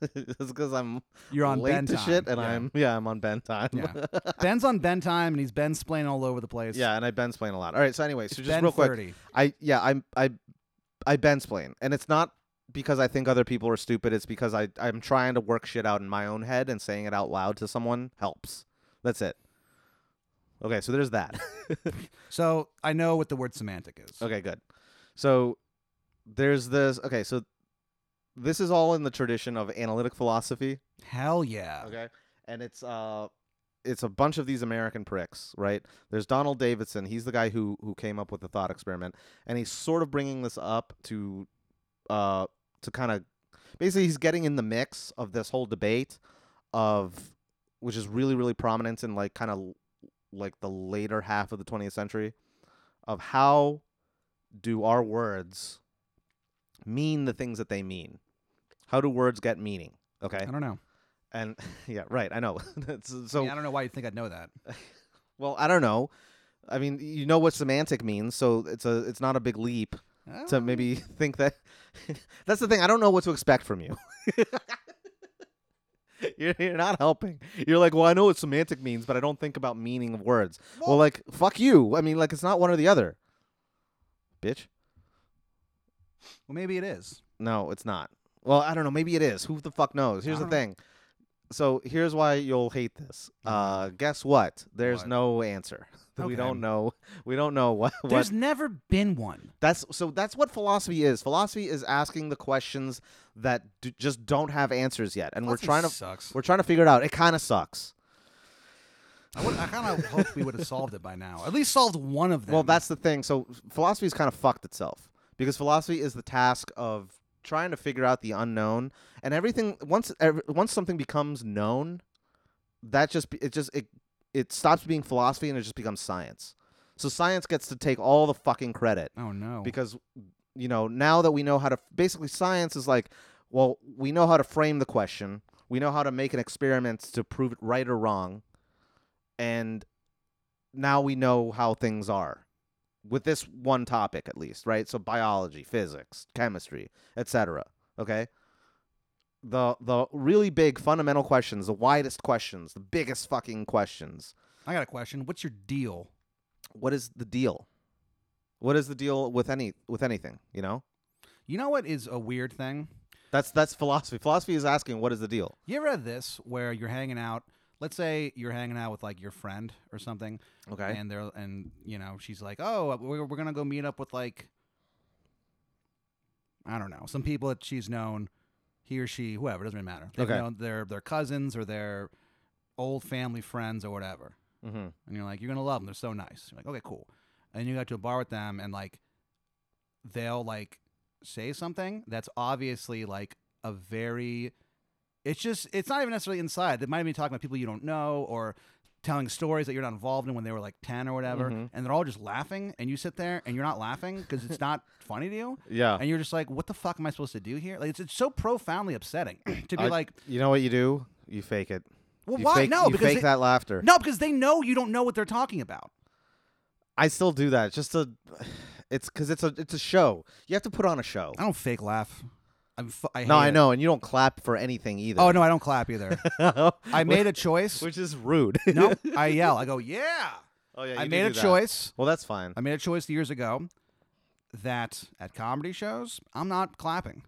B: it's because I'm
C: you're on
B: late
C: Ben
B: to
C: time.
B: shit, and
C: yeah.
B: I'm yeah, I'm on Ben time. [LAUGHS] Yeah,
C: Yeah. Ben's on Ben time, and he's Ben's playing all over the place.
B: and I Ben splain a lot. All right, so anyway, so
C: It's
B: just
C: ben
B: real quick,
C: 30.
B: I yeah, I'm I I Ben splain, and it's not because I think other people are stupid. It's because I I'm trying to work shit out in my own head, and saying it out loud to someone helps. That's it. Okay, so there's that. [LAUGHS]
C: So I know what the word semantic is.
B: Okay, good. So there's this. Okay, so this is all in the tradition of analytic philosophy.
C: Hell yeah.
B: Okay, and it's uh, it's a bunch of these American pricks, right? There's Donald Davidson. He's the guy who who came up with the thought experiment, and he's sort of bringing this up to, uh, to kind of, basically, he's getting in the mix of this whole debate, of which is really really prominent in like kind of like the later half of the 20th century of how do our words mean the things that they mean how do words get meaning okay
C: I don't know.
B: and [LAUGHS] yeah right i know [LAUGHS] That's- uh, so
C: I, mean, I don't know why you think I'd know that.
B: well i don't know i mean you know what semantic means so it's a it's not a big leap to
C: Oh.
B: maybe [LAUGHS] think that that's the thing i don't know what to expect from you [LAUGHS] you're, you're not helping you're like well i know what semantic means but i don't think about meaning of words well,
C: Well-
B: like fuck you i mean like it's not one or the other bitch
C: Well, maybe it is.
B: no it's not well i don't know maybe it is who the fuck knows here's the
C: Alright.
B: thing so here's why you'll hate this uh guess what there's
C: Mm-hmm. What?
B: no answer [LAUGHS] we
C: Okay.
B: don't know [LAUGHS] we don't know what, what
C: There's never been one.
B: That's so. That's what philosophy is. Philosophy is asking the questions that d- just don't have answers yet, and we're
C: Philosophy
B: trying to
C: sucks.
B: we're trying to figure it out. It kind of sucks.
C: I, would- I kind
B: [LAUGHS]
C: of hoped we would have solved it by now. At least solved one of them.
B: Well, that's the thing. So philosophy's kind of fucked itself because philosophy is the task of trying to figure out the unknown, and everything once ev- once something becomes known, that just be- it just it it stops being philosophy and it just becomes science. So science gets to take all the fucking credit.
C: Oh no.
B: because you know now that we know how to basically science is like well we know how to frame the question we know how to make an experiment to prove it right or wrong and now we know how things are with this one topic at least right so biology physics chemistry etc okay the the really big fundamental questions the widest questions the biggest fucking questions
C: I got a question. What's your deal?
B: what is the deal what is the deal with any with anything you know
C: You know what is a weird thing?
B: That's that's philosophy. Philosophy is asking what is the deal.
C: You ever had this where you're hanging out? Let's say you're hanging out with like your friend or something,
B: Okay.
C: and they're and you know she's like, "Oh, we're we're gonna go meet up with like, I don't know, some people that she's known, he or she, whoever doesn't really matter. They've
B: Okay.
C: known their their cousins or their old family friends or whatever."
B: hmm
C: and you're like, you're gonna love them. They're so nice. You're like, okay, cool. And you got to a bar with them, and like, they'll like say something that's obviously like a very, it's just, it's not even necessarily inside. They might be talking about people you don't know or telling stories that you're not involved in when they were like 10 or whatever
B: Mhm.
C: and they're all just laughing and you sit there and you're not laughing because it's
B: [LAUGHS]
C: not funny to you
B: Yeah.
C: and you're just like what the fuck am i supposed to do here like it's, it's so profoundly upsetting [CLEARS THROAT] to be
B: I-
C: like
B: You know what you do? You fake it.
C: well
B: you
C: why
B: Fake,
C: no
B: you
C: because
B: fake
C: they,
B: that laughter.
C: no because they know you don't know what they're talking about
B: I still do that. Just to, [SIGHS] it's because it's a it's a show. You have to put on a show.
C: I don't fake laugh. I'm f- I
B: No,
C: hate
B: I
C: it.
B: know, and you don't clap for anything either. [LAUGHS]
C: Oh no, I don't clap either.
B: no, [LAUGHS]
C: I made a choice.
B: which is rude.
C: no, I yell. I go, yeah.
B: [LAUGHS] oh yeah,
C: I
B: you do
C: made
B: do
C: a
B: that.
C: choice.
B: Well, that's fine.
C: I made a choice years ago that at comedy shows, I'm not clapping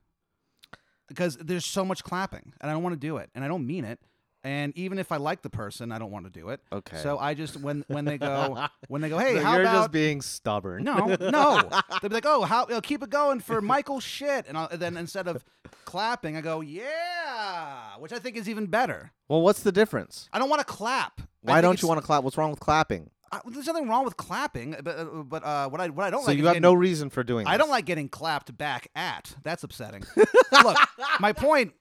C: because there's so much clapping and I don't want to do it and I don't mean it. And even if I like the person, I don't want to do it.
B: Okay.
C: So I just when when they go
B: [LAUGHS]
C: when they go, hey,
B: So
C: how
B: you're
C: about
B: just being stubborn.
C: no, no. They'd be like, "Oh, how uh, keep it going for Michael shit," and, I'll, then instead of clapping, I go, "Yeah," which I think is even better.
B: Well, what's the difference?
C: I don't want to clap.
B: Why don't you want to clap? What's wrong with clapping?
C: to? There's nothing wrong with clapping, but uh, but uh, what I what I don't
B: So
C: like.
B: you
C: is
B: have
C: getting-
B: no reason for doing.
C: I don't
B: this.
C: like getting clapped back at.
B: [LAUGHS]
C: That's upsetting. look, my point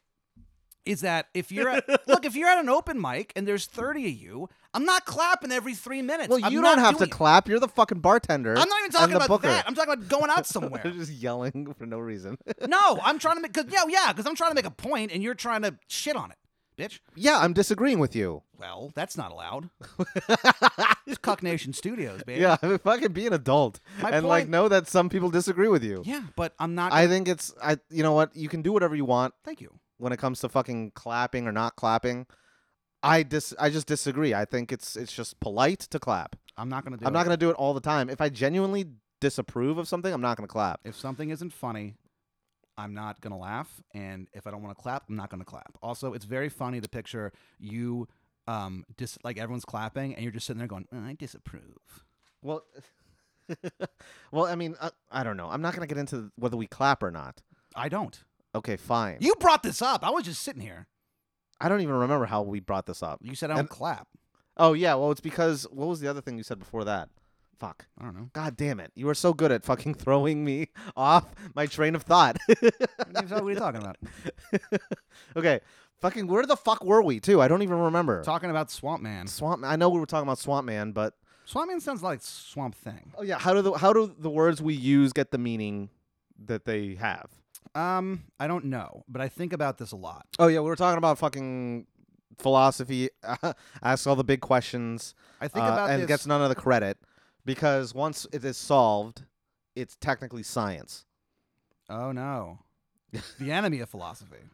C: is that if you're at, look if you're at an open mic and there's 30 of you, I'm not clapping every three minutes.
B: Well,
C: I'm
B: you
C: not
B: don't have to
C: doing-
B: clap. You're the fucking bartender.
C: I'm not even
B: and
C: talking
B: the
C: about
B: booker.
C: that. I'm talking about going out somewhere.
B: They're just yelling [LAUGHS] for no reason.
C: No, I'm trying to make because yeah, yeah, because I'm trying to make a point, and you're trying to shit on it, bitch.
B: yeah, I'm disagreeing with you.
C: Well, that's not
B: [LAUGHS]
C: allowed. it's Cuck Nation Studios, baby.
B: Yeah, [LAUGHS] I mean, fucking be an adult
C: My
B: and like
C: point-
B: know that some people disagree with you.
C: Yeah, but I'm not.
B: I think it's I. You know what? You can do whatever you want
C: thank you.
B: when it comes to fucking clapping or not clapping. I dis I just disagree. I think it's it's just polite to clap.
C: I'm not gonna do.
B: I'm
C: it.
B: not gonna do it all the time. If I genuinely disapprove of something, I'm not gonna clap.
C: If something isn't funny, I'm not gonna laugh, and if I don't want to clap, I'm not gonna clap. Also, it's very funny to picture you, um, dis- like everyone's clapping, and you're just sitting there going, "Uh, "I disapprove."
B: Well, [LAUGHS] well, I mean, uh, I don't know. I'm not gonna get into whether we clap or not.
C: I don't.
B: Okay, fine.
C: You brought this up. I was just sitting here.
B: I don't even remember how we brought this up.
C: You said I don't
B: And-
C: clap.
B: Oh yeah, well it's because what was the other thing you said before that? Fuck.
C: I don't
B: [LAUGHS]
C: know.
B: God damn it. You are so good at fucking [LAUGHS] throwing me off my train of thought. [LAUGHS]
C: What are you talking about?
B: okay. Fucking where the fuck were we too? I don't even remember.
C: Talking about Swamp Man.
B: Swamp I know we were talking about Swamp Man, but
C: Swamp Man sounds like Swamp Thing.
B: oh yeah, how do the how do the words we use get the meaning that they have?
C: Um, I don't know, but I think about this a lot.
B: Oh yeah, we were talking about fucking philosophy, [LAUGHS] ask all the big questions.
C: I think
B: uh,
C: about
B: and
C: this.
B: gets none of the credit because once it is solved, it's technically science. [LAUGHS]
C: oh no, the enemy of philosophy
B: I-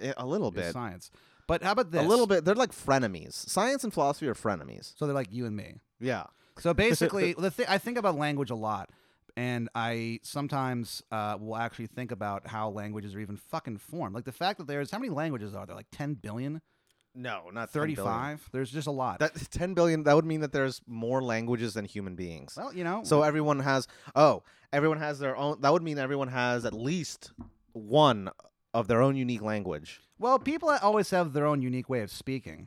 B: Eh, A little
C: is
B: bit.
C: science. But how about
B: A
C: this?
B: little bit. They're like frenemies. Science and philosophy are frenemies.
C: So they're like you and me.
B: Yeah.
C: So basically,
B: [LAUGHS]
C: the th- I think about language a lot, and I sometimes uh, will actually think about how languages are even fucking formed. Like the fact that there's how many languages are there? Like ten billion,
B: No, not 10 Uh, billion.
C: thirty-five. There's just a lot.
B: That [LAUGHS] 10 billion that would mean that there's more languages than human beings.
C: well, you know.
B: So everyone has oh, everyone has their own that would mean everyone has at least one of their own unique language.
C: well, people always have their own unique way of speaking.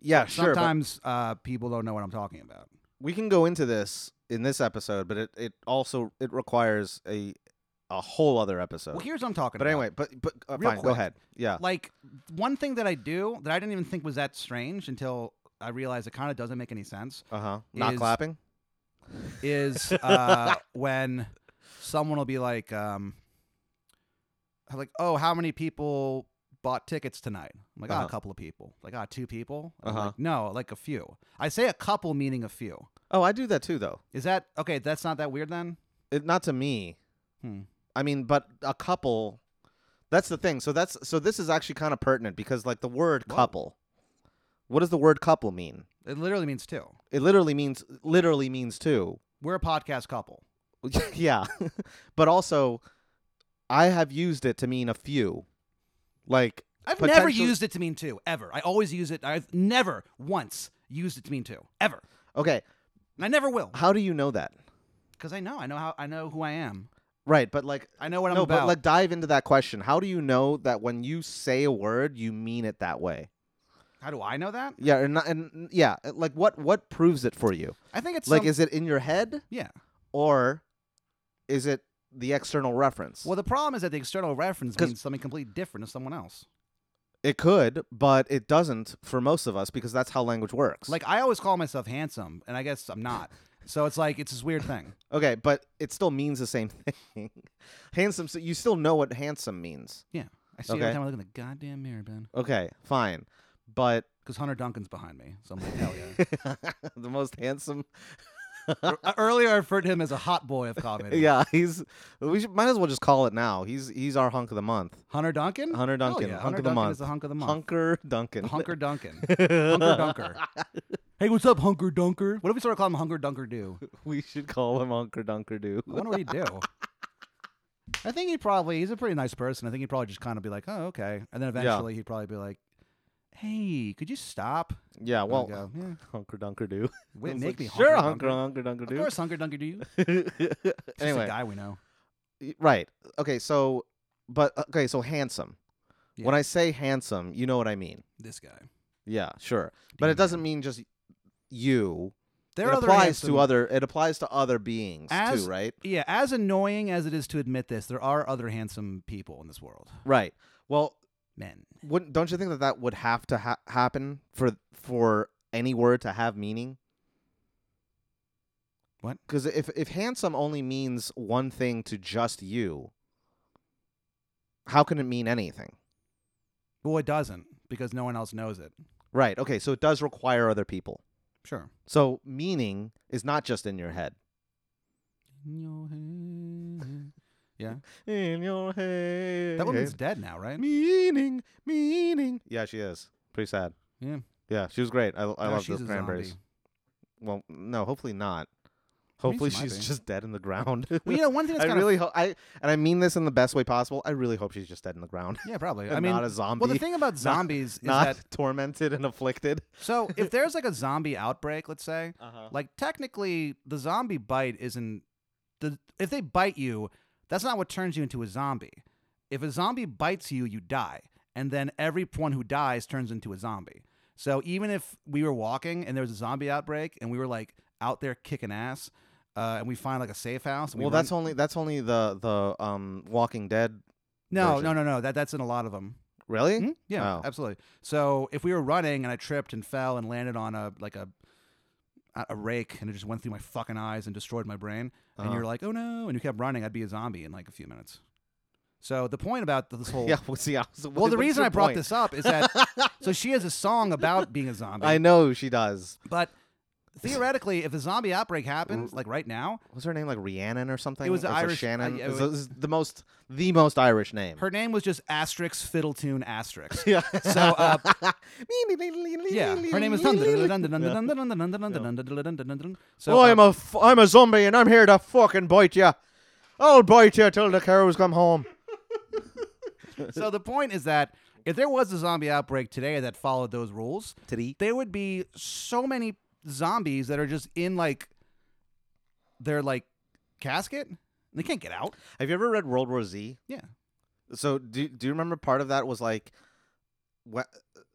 B: Yeah, sure. but-
C: Sometimes uh, people don't know what I'm talking about.
B: we can go into this in this episode, but it, it also it requires a a whole other episode.
C: Well, here's what I'm talking
B: but
C: about.
B: anyway, but but uh,
C: Real
B: fine, go
C: quick.
B: ahead. Yeah.
C: like one thing that I do that I didn't even think was that strange until I realized it kind of doesn't make any sense
B: Uh huh. Not
C: Is-
B: clapping. [LAUGHS]
C: is uh, when someone will be like, um, I'm like, oh, how many people bought tickets tonight? I'm like, oh,
B: Uh-huh.
C: a couple of people. Like, ah, two people. And I'm
B: Uh-huh.
C: like, no, like a few. I say a couple meaning a few.
B: Oh, I do that too, though.
C: Is that okay? That's not that weird then.
B: It, not to me.
C: Hmm.
B: I mean, but a couple. That's the thing. So that's so this is actually kind of pertinent because like the word
C: Whoa.
B: couple. What does the word couple mean?
C: It literally means two.
B: It literally means literally means two. [LAUGHS]
C: We're a podcast couple.
B: yeah, [LAUGHS] but also, I have used it to mean a few. Like
C: I've never
B: Potential-
C: used it to mean two ever. I always use it. I've never once used it to mean two ever,
B: okay,
C: and I never will.
B: How do you know that?
C: Because I know, I know how, I know who I am.
B: Right, but like
C: I know what I'm
B: no,
C: about.
B: but like dive into that question. How do you know that when you say a word, you mean it that way?
C: how do I know that?
B: Yeah, and, not- and yeah, like what what proves it for you?
C: I think it's
B: like,
C: some-
B: is it in your head
C: yeah.
B: or is it the external reference?
C: Well, the problem is that the external reference
B: 'Cause-
C: means something completely different to someone else.
B: it could, but it doesn't for most of us because that's how language works.
C: Like I always call myself handsome, and I guess
B: [LAUGHS]
C: I'm not. so it's like it's this weird thing.
B: okay, but it still means the same [LAUGHS] thing. handsome, so you still know what handsome means.
C: Yeah, I see
B: Okay.
C: every time I look in the goddamn mirror, Ben.
B: Okay, fine, but [LAUGHS]
C: Because Hunter Duncan's behind me, so I'm like, hell yeah.
B: the most
C: [LAUGHS]
B: handsome
C: E- Earlier, I referred to him as a hot boy of comedy.
B: Yeah, he's. We should, might as well just call it now. He's he's our hunk of the month.
C: Hunter Duncan.
B: Hunter
C: Hell
B: Duncan,
C: yeah.
B: hunk
C: Hunter
B: of the
C: Duncan
B: month.
C: [LAUGHS] is the hunk of the month.
B: Hunker Duncan.
C: Hunker Duncan. Hunker Dunker. Hey, what's up, Hunker Dunker? What if we started calling him Hunker Dunker Do?
B: [LAUGHS] We should call him Unker Dunker Doo.
C: I wonder what he'd do. [LAUGHS] I think he'd probably, he's a pretty nice person. I think he'd probably just kind of be like, oh, okay. And then eventually he'd probably be like, hey, could you stop?
B: Yeah,
C: And I'd
B: well,
C: go, [LAUGHS] yeah.
B: [LAUGHS] Hunker Dunker Doo.
C: Wait,
B: It's
C: make
B: like,
C: me
B: sure,
C: Hunker
B: Hunker
C: Dunker.
B: Dunker
C: Of course, Hunker Dunker Do you?
B: Dunker [LAUGHS] Doo.
C: It's just a
B: anyway,
C: guy we know.
B: y- right. Okay, so, but uh, okay, so handsome. When I say handsome, you know what I mean.
C: This guy.
B: Yeah, sure, but
C: Being
B: it doesn't mean just you.
C: There
B: it
C: are other
B: applies
C: handsome-
B: to other. It applies to other beings
C: As-
B: too, right?
C: Yeah, as annoying as it is to admit this, there are other handsome people in this world.
B: Right. Well,
C: Men.
B: wouldn't don't you think that that would have to ha- happen for for any word to have meaning?
C: What?
B: Because if if handsome only means one thing to just you, how can it mean anything?
C: Well, it doesn't because no one else knows it.
B: Right. Okay. So it does require other people.
C: Sure.
B: So meaning is not just in your head.
C: In your head. Yeah.
B: In your head.
C: That [LAUGHS] woman's dead now, right?
B: meaning, meaning. Yeah, she is pretty sad.
C: Yeah.
B: Yeah, she was great. I I
C: Now
B: love
C: she's
B: the
C: a
B: cranberries.
C: zombie.
B: Well, no, hopefully not.
C: I mean,
B: Hopefully
C: she might
B: she's
C: be.
B: just dead in the ground. [LAUGHS]
C: Well, you know, one thing that's
B: I
C: kind of
B: really hope I and I mean this in the best way possible. I really hope she's just dead in the ground. [LAUGHS]
C: yeah, probably.
B: and
C: I mean,
B: not a zombie.
C: well, the thing about zombies
B: [LAUGHS]
C: is
B: not
C: that
B: tormented and afflicted.
C: so if there's like a zombie outbreak, let's say,
B: Uh-huh.
C: like technically the zombie bite isn't the if they bite you, that's not what turns you into a zombie. If a zombie bites you, you die, and then everyone who dies turns into a zombie. So even if we were walking and there was a zombie outbreak and we were like out there kicking ass, uh, and we find like a safe house. And we
B: Well, that's
C: run-
B: only that's only the the um Walking Dead.
C: no,
B: version.
C: no, no, no. That that's in a lot of them.
B: Really?
C: Mhm. Yeah,
B: Oh.
C: absolutely. So if we were running and I tripped and fell and landed on a like a a rake and it just went through my fucking eyes and destroyed my brain, and
B: Uh-huh.
C: you're like, oh no, and you kept running, I'd be a zombie in like a few minutes. So the point
B: [LAUGHS]
C: about this whole
B: [LAUGHS] Yeah. Well, see, I was,
C: well, the
B: what's
C: reason
B: your
C: I brought
B: point?
C: this up is
B: [LAUGHS]
C: that so she has a song about being a zombie,
B: I know she does.
C: but theoretically, if a zombie outbreak
B: Mm.
C: happens like right now,
B: Was her name like Rhiannon or something?
C: was
B: Or
C: Irish- I-
B: Shannon.
C: yeah,
B: It was-
C: it
B: it was the most the most Irish name.
C: her name was just asterisk fiddle tune asterisk.
B: [LAUGHS] yeah. [LAUGHS]
C: So, uh, Yeah,
B: yeah.
C: her name is. So
B: oh,
C: uh,
B: I'm a f- I'm a zombie and I'm here to fucking bite you. I'll bite you till the cows come home.
C: So the point is that if there was a zombie outbreak today that followed those rules,
B: Today.
C: there would be so many zombies that are just in like their like casket. They can't get out.
B: Have you ever read World War Z?
C: Yeah.
B: So do do you remember part of that was like, wha-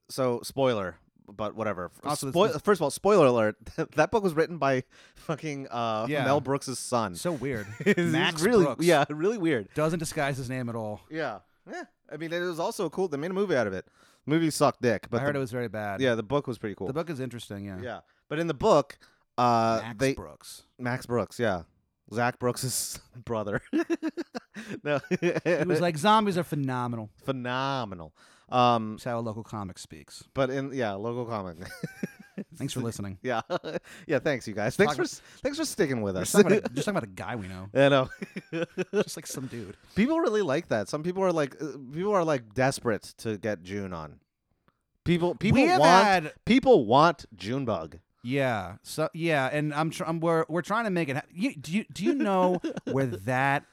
B: so spoiler, but whatever. F-
C: Also, this-
B: Spoil-
C: this-
B: first of all, spoiler alert. [LAUGHS] that book was written by fucking uh,
C: Yeah.
B: Mel Brooks' son. [LAUGHS]
C: So weird.
B: It's- it's
C: Max
B: really,
C: Brooks
B: yeah, [LAUGHS] really weird.
C: doesn't disguise his name at all.
B: Yeah, yeah. I mean, it was also cool. They made a movie out of it. The movie sucked dick, but
C: I heard
B: the-
C: it was very bad.
B: yeah, the book was pretty cool.
C: The book is interesting. Yeah.
B: Yeah, but in the book, uh,
C: Max
B: they
C: Brooks.
B: Max Brooks, yeah, Zach Brooks' [LAUGHS] brother. no,
C: He was like zombies are phenomenal.
B: [LAUGHS] phenomenal. Um,
C: That's how a local comic speaks.
B: but in yeah, local comic. [LAUGHS]
C: Thanks for listening.
B: yeah, [LAUGHS] yeah. Thanks, you guys. Thanks
C: Talk
B: for s- thanks for sticking with us.
C: Just
B: [LAUGHS]
C: talking about a, just talking about a guy we know.
B: I know.
C: Just like some dude.
B: [LAUGHS] people really like that. Some people are like, uh, people are like desperate to get June on. People, people
C: we have
B: want,
C: had
B: people want Junebug.
C: Yeah. So yeah, and I'm, tr- I'm we're we're trying to make it. Ha- you, do you do you know
B: [LAUGHS]
C: where that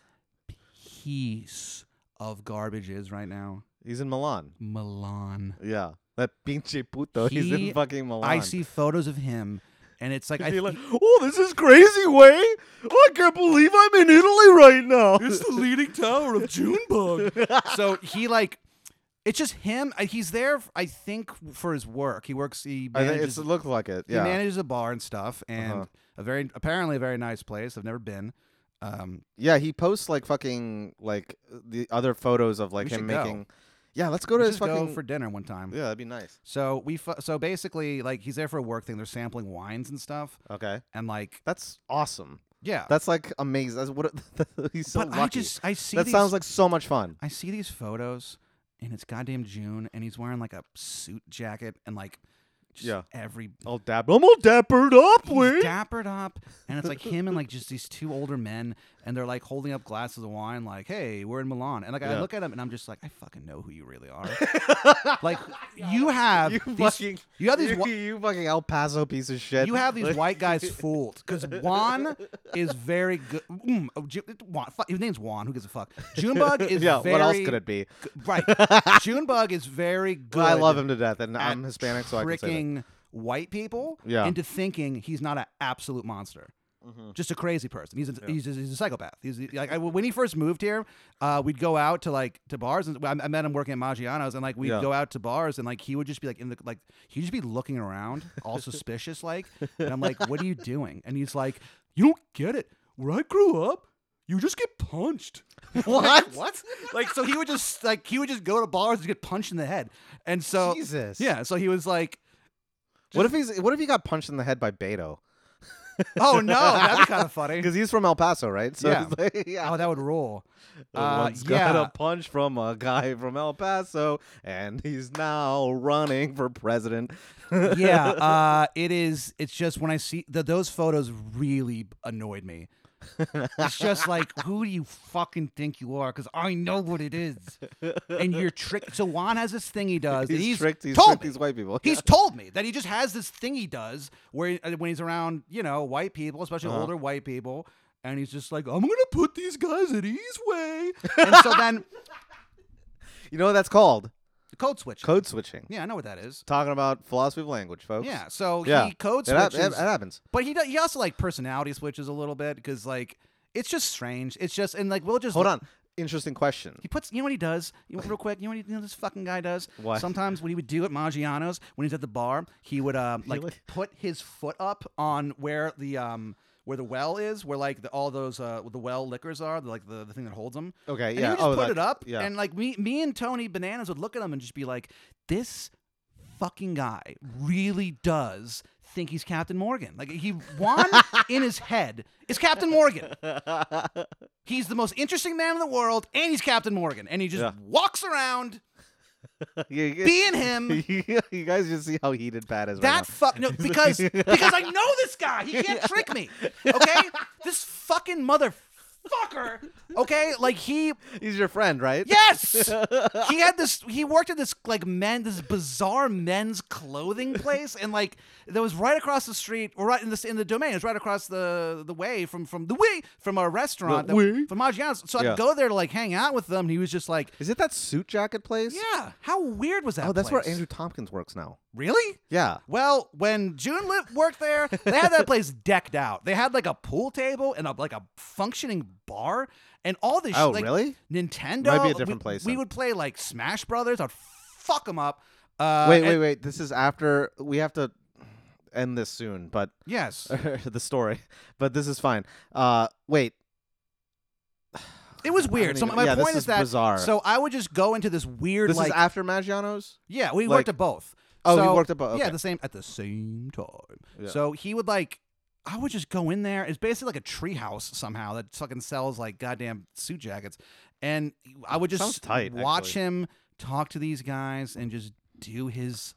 C: piece of garbage is right now?
B: He's in Milan.
C: Milan.
B: Yeah, that pinche puto. he's
C: He-
B: in fucking Milan.
C: I see photos of him, and it's like I.
B: Be
C: th-
B: like, oh, this is crazy, way! I can't believe I'm in Italy right
C: [LAUGHS]
B: now. [LAUGHS]
C: the leading tower of Junebug. [LAUGHS] so he like. It's just him. I- He's there, I think, for his work. He works. He
B: I
C: manages
B: think it's looked like it.
C: he
B: Yeah,
C: manages a bar and stuff, and
B: Uh-huh.
C: a very apparently a very nice place. I've never been. Um,
B: yeah. He posts like fucking like the other photos of like
C: We
B: him
C: should go.
B: making. Yeah, let's go to
C: we
B: his
C: should go
B: fucking.
C: for dinner one time.
B: [LAUGHS] Yeah, that'd be nice.
C: So we fu- so basically like he's there for a work thing. They're sampling wines and stuff,
B: Okay,
C: and like
B: that's awesome.
C: yeah.
B: That's like amazing. That's what [LAUGHS] he's so
C: Uh, but
B: lucky.
C: I just I see
B: that
C: these,
B: sounds like so much fun.
C: I see these photos, and it's goddamn June, and he's wearing like a suit jacket and like just
B: Yeah.
C: every
B: I'll dap. I'm all dappered up,
C: he's
B: way.
C: dappered up, and it's like him and like just these two older men, and they're like holding up glasses of wine, like, "Hey, we're in Milan." And like
B: Yeah.
C: I look at them, and I'm just like, I fucking know who you
B: [LAUGHS]
C: really are. like you have
B: you
C: these,
B: fucking
C: you have these [LAUGHS]
B: you,
C: whi-
B: you fucking El Paso piece of shit.
C: you have these
B: Like-
C: white guys fooled because Juan is very good. Mm, oh, Ju- Juan, fuck, his name's Juan. Who gives a fuck?
B: [LAUGHS]
C: Junebug
B: [LAUGHS]
C: is
B: yeah,
C: very
B: what else could it be? [LAUGHS]
C: right. Junebug is very good.
B: Well, I love him to death, and
C: at
B: I'm Hispanic, so I can say
C: tricking white people
B: Yeah.
C: into thinking he's not an absolute monster.
B: that. Mhm.
C: Just a crazy person. He's a, he's, a, he's a psychopath. He's like I, when he first moved here, uh, we'd go out to like to bars and I, I met him working at Maggiano's and like we'd
B: Yeah.
C: go out to bars and like he would just be like in the like he'd just be looking around,
B: [LAUGHS]
C: all suspicious like, and I'm like, what are you doing? And he's like, you don't get it. Where I grew up, you just get punched. [LAUGHS]
B: What?
C: what? Like so he would just like he would just go to bars and get punched in the head, and
B: [LAUGHS]
C: so
B: Jesus.
C: yeah, so he was like,
B: What if he's? What if he got punched in the head by Beto?
C: "Oh no, that'd be kind
B: [LAUGHS]
C: of funny."
B: Because he's from El Paso, right? So
C: Yeah.
B: it's like, [LAUGHS] yeah.
C: Oh, that would roll.
B: Uh,
C: Uh,
B: got
C: yeah.
B: a punch from a guy from El Paso, and he's now running for president. [LAUGHS]
C: [LAUGHS] yeah, uh, it is. It's just when I see the, those photos, really annoyed me. It's just like, who do you fucking think you are? Because I know what it is, and you're tricked. So Juan has this thing he does. that
B: He's,
C: he's
B: tricked. He's [LAUGHS]
C: told
B: tricked
C: me-
B: these white people.
C: He's told me that he just has this thing he does where uh, when he's around, you know, white people, especially
B: Uh-huh.
C: older white people, and he's just like, I'm gonna put these guys at ease way. and so then
B: you know what that's called?
C: the code switch.
B: Code switching.
C: yeah, I know what that is.
B: Talking about philosophy of language, folks.
C: Yeah, so
B: Yeah.
C: he code
B: It, hap-
C: switches,
B: it, it happens.
C: but he does, he also like personality switches a little bit because like it's just strange. It's just and like we'll just
B: Hold on. Interesting question.
C: He puts, you know what he does? You know, real quick, you know what he, you know this fucking guy does?
B: What?
C: Sometimes what he would do at Maggiano's when he's at the bar, he would um like
B: would-
C: put his foot up on where the um where the well is, where like the, all those uh the well liquors are, like the, the thing that holds them.
B: Okay,
C: And
B: yeah.
C: he would just
B: oh,
C: put
B: that-
C: it up,
B: Yeah.
C: and like me, me and Tony Bananas would look at him and just be like, this fucking guy really does think he's Captain Morgan. Like he
B: [LAUGHS]
C: Juan in his head is Captain Morgan. He's the most interesting man in the world, and he's Captain Morgan. And he just
B: Yeah.
C: walks around
B: [LAUGHS] you, you-
C: being him.
B: [LAUGHS] you guys just see how heated Pat is
C: That fuck
B: [LAUGHS]
C: no, because because I know this guy. He can't trick me.
B: [LAUGHS]
C: Okay, this fucking motherfucker. Okay, like he
B: right now. [LAUGHS] He's your friend, right? [LAUGHS]
C: yes, he had this. He worked at this like men this bizarre men's clothing place, and like that was right across the street, or right in this in the domain. It was right across the the way from from the way from our restaurant that-
B: way.
C: from Maggiano's. So I
B: Yeah.
C: could go there to like hang out with them. And he was just like.
B: Is it that suit jacket place?
C: Yeah. How weird was that?
B: Oh, that's where
C: place?
B: Andrew Tompkins works now.
C: Really?
B: Yeah.
C: Well, when June Lip worked there, they had that place decked out. They had like a pool table and a, like a functioning bar and all this. sh-
B: Oh,
C: like,
B: really?
C: Nintendo.
B: Might be a
C: we-
B: different place
C: We
B: then.
C: would play like Smash Brothers. I'd fuck them up. Uh,
B: wait,
C: and-
B: wait, wait. This is after we have to end this soon, but [LAUGHS]
C: Yes,
B: the story. But this is fine. Uh, wait.
C: it was
B: I
C: weird.
B: don't
C: So
B: even-
C: my
B: yeah,
C: point
B: this
C: is, that
B: bizarre.
C: so I would just go into this weird
B: this
C: like
B: is after Maggiano's.
C: Yeah, we
B: Like-
C: worked at both.
B: Oh, you
C: so,
B: worked at both,
C: Yeah,
B: okay.
C: the same at the same time.
B: Yeah.
C: So he would like, I would just go in there. It's basically like a treehouse somehow that fucking sells like goddamn suit jackets, and I would
B: Sounds
C: just
B: tight,
C: watch
B: actually.
C: him talk to these guys and just do his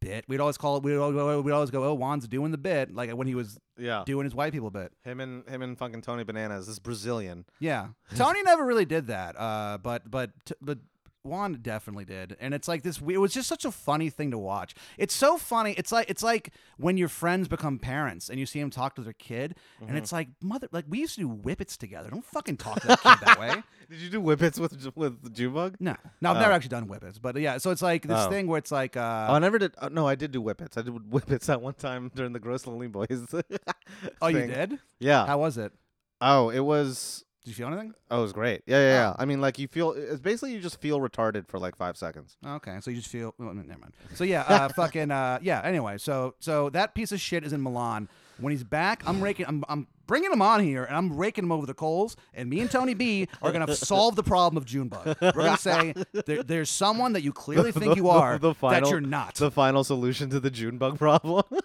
C: bit. We'd always call it. We'd always, we'd always go, "Oh, Juan's doing the bit," like when he was
B: Yeah.
C: doing his white people bit.
B: Him and him and fucking Tony Bananas. This Brazilian. [LAUGHS]
C: Yeah, Tony never really did that, uh, but but t- but Juan definitely did, and it's like this. we- It was just such a funny thing to watch. It's so funny. It's like it's like when your friends become parents and you see them talk to their kid,
B: Mm-hmm.
C: and it's like mother. Like we used to do whippets together. Don't fucking talk to that kid
B: [LAUGHS]
C: that way.
B: Did you do whippets with with Junebug?
C: No, no, I've
B: Oh.
C: never actually done whippets, but yeah. So it's like this
B: Oh.
C: thing where it's like, uh,
B: Oh, I never did. Uh, no, I did do whippets. I did [LAUGHS] whippets at one time during the Gross Lonely Boys. [LAUGHS]
C: oh, you
B: thing. Uh.
C: did?
B: Yeah.
C: How was it?
B: Oh, it was.
C: Did you feel anything?
B: Oh, it was great. Yeah, yeah, yeah. I mean, like you feel. It's basically you just feel retarded for like five seconds.
C: Okay, so you just feel. Well, never mind. So yeah,
B: [LAUGHS]
C: uh, fucking uh, yeah. Anyway, so so that piece of shit is in Milan. When he's back, I'm raking. I'm, I'm bringing him on here, and I'm raking him over the coals. And me and Tony B are
B: [LAUGHS]
C: gonna solve the problem of Junebug. We're gonna say there, there's someone that you
B: [LAUGHS]
C: clearly think you are
B: the final-
C: that you're not.
B: The final solution to the June bug [LAUGHS] problem.
C: yeah,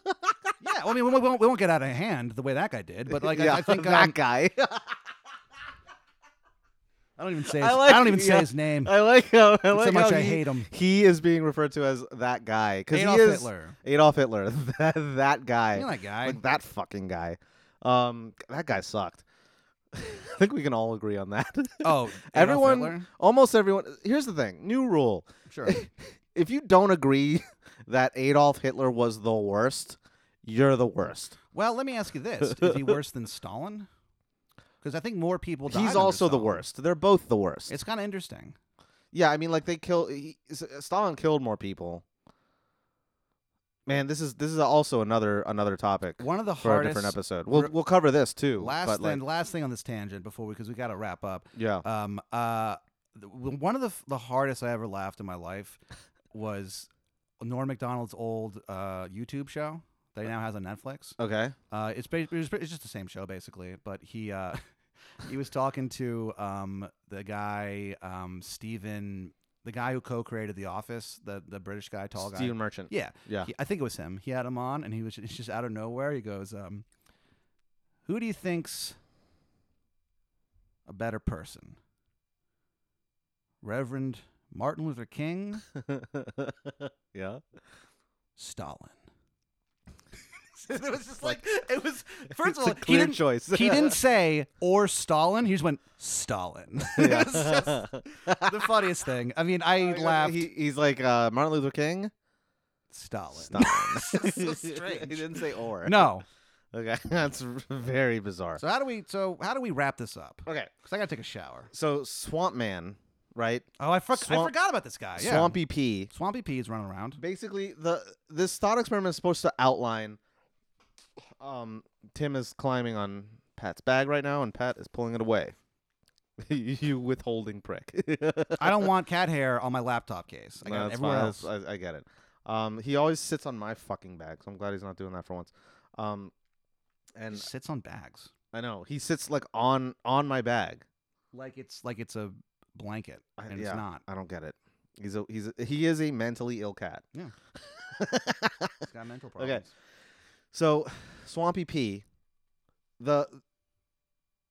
C: well, I mean, we, won't, we won't get out of hand the way that guy did, but like I-
B: yeah,
C: I, think
B: that
C: um, [LAUGHS]
B: guy. [LAUGHS]
C: I don't even say. His,
B: I
C: I,
B: like- uh,
C: don't even say
B: yeah.
C: his name.
B: I like how. I
C: so
B: like
C: much
B: how
C: I
B: he,
C: hate him.
B: He is being referred to as that guy because
C: Adolf
B: he is
C: Hitler.
B: Adolf Hitler. [LAUGHS] that, that guy.
C: You know that guy.
B: Like that fucking guy. Um, that guy sucked. [LAUGHS] I think we can all agree on that. [LAUGHS]
C: Oh, Adolf
B: Everyone-
C: Hitler?
B: Almost everyone. Here's the thing. New rule.
C: Sure.
B: If you don't agree [LAUGHS] that Adolf Hitler was the worst, you're the worst.
C: Well, let me ask you this: Is he worse than Stalin? Because I think more people. died
B: He's
C: under
B: also the
C: Stalin.
B: worst. They're both the worst.
C: It's kind of interesting.
B: yeah, I mean, like they kill. He, S- Stalin killed more people. Man, this is this is also another another topic
C: One of the
B: for a
C: hardest.
B: different episode. We'll
C: re-
B: we'll cover this too.
C: Last
B: but like,
C: thing, last thing on this tangent before we, because we got to wrap up.
B: yeah.
C: Um, uh, th- w- one of the f- the hardest I ever laughed in my life was Norm Macdonald's old uh YouTube show that he now has on Netflix.
B: Okay.
C: Uh, it's ba- it's it's just the same show basically, but he uh, [LAUGHS] he was talking to um, the guy um, Stephen, the guy who co-created The Office, the the British guy, tall guy.
B: Steven Merchant.
C: Yeah,
B: Yeah.
C: He- I think it was him. He had him on, and he was just, just out of nowhere. He goes, um, "Who do you think's a better person, Reverend Martin Luther [LAUGHS] King,
B: [LAUGHS] yeah.
C: Stalin?" [LAUGHS] it was just like
B: [LAUGHS]
C: it was. First
B: It's
C: of all,
B: a
C: he
B: clear
C: didn't
B: choice.
C: [LAUGHS] he didn't say or Stalin. He just went Stalin. [LAUGHS]
B: [LAUGHS]
C: It
B: Yeah. [LAUGHS]
C: was just the funniest thing. I mean, I laughed.
B: He, he's like uh, Martin Luther King.
C: Stalin. [LAUGHS]
B: Stalin.
C: So
B: [LAUGHS] he
C: strange. [LAUGHS]
B: didn't say or.
C: No.
B: Okay, [LAUGHS] that's r- very bizarre.
C: So how do we? So how do we wrap this up?
B: Okay,
C: Because I gotta take a shower.
B: so Swamp Man, right?
C: Oh, I, fuck I
B: Swamp-
C: forgot about this guy. Uh, Yeah.
B: Swampy P.
C: Swampy P is running around.
B: Basically, the this thought experiment is supposed to outline. Um, Tim is climbing on Pat's bag right now, and Pat is pulling it away. [LAUGHS] you withholding prick. [LAUGHS]
C: I don't want cat hair on my laptop case. I
B: No,
C: got it
B: that's
C: everywhere
B: fine.
C: else.
B: That's- I, I get it. Um, he always sits on my fucking bag, so I'm glad he's not doing that for once. Um,
C: He
B: and
C: sits on bags
B: I know he sits like on on my bag.
C: like it's like it's a blanket,
B: I-
C: and
B: yeah.
C: it's not.
B: I don't get it. He's a he's a, he is a mentally ill cat.
C: Yeah. It's got mental
B: Okay.
C: problems.
B: so, [SIGHS] Swampy P, the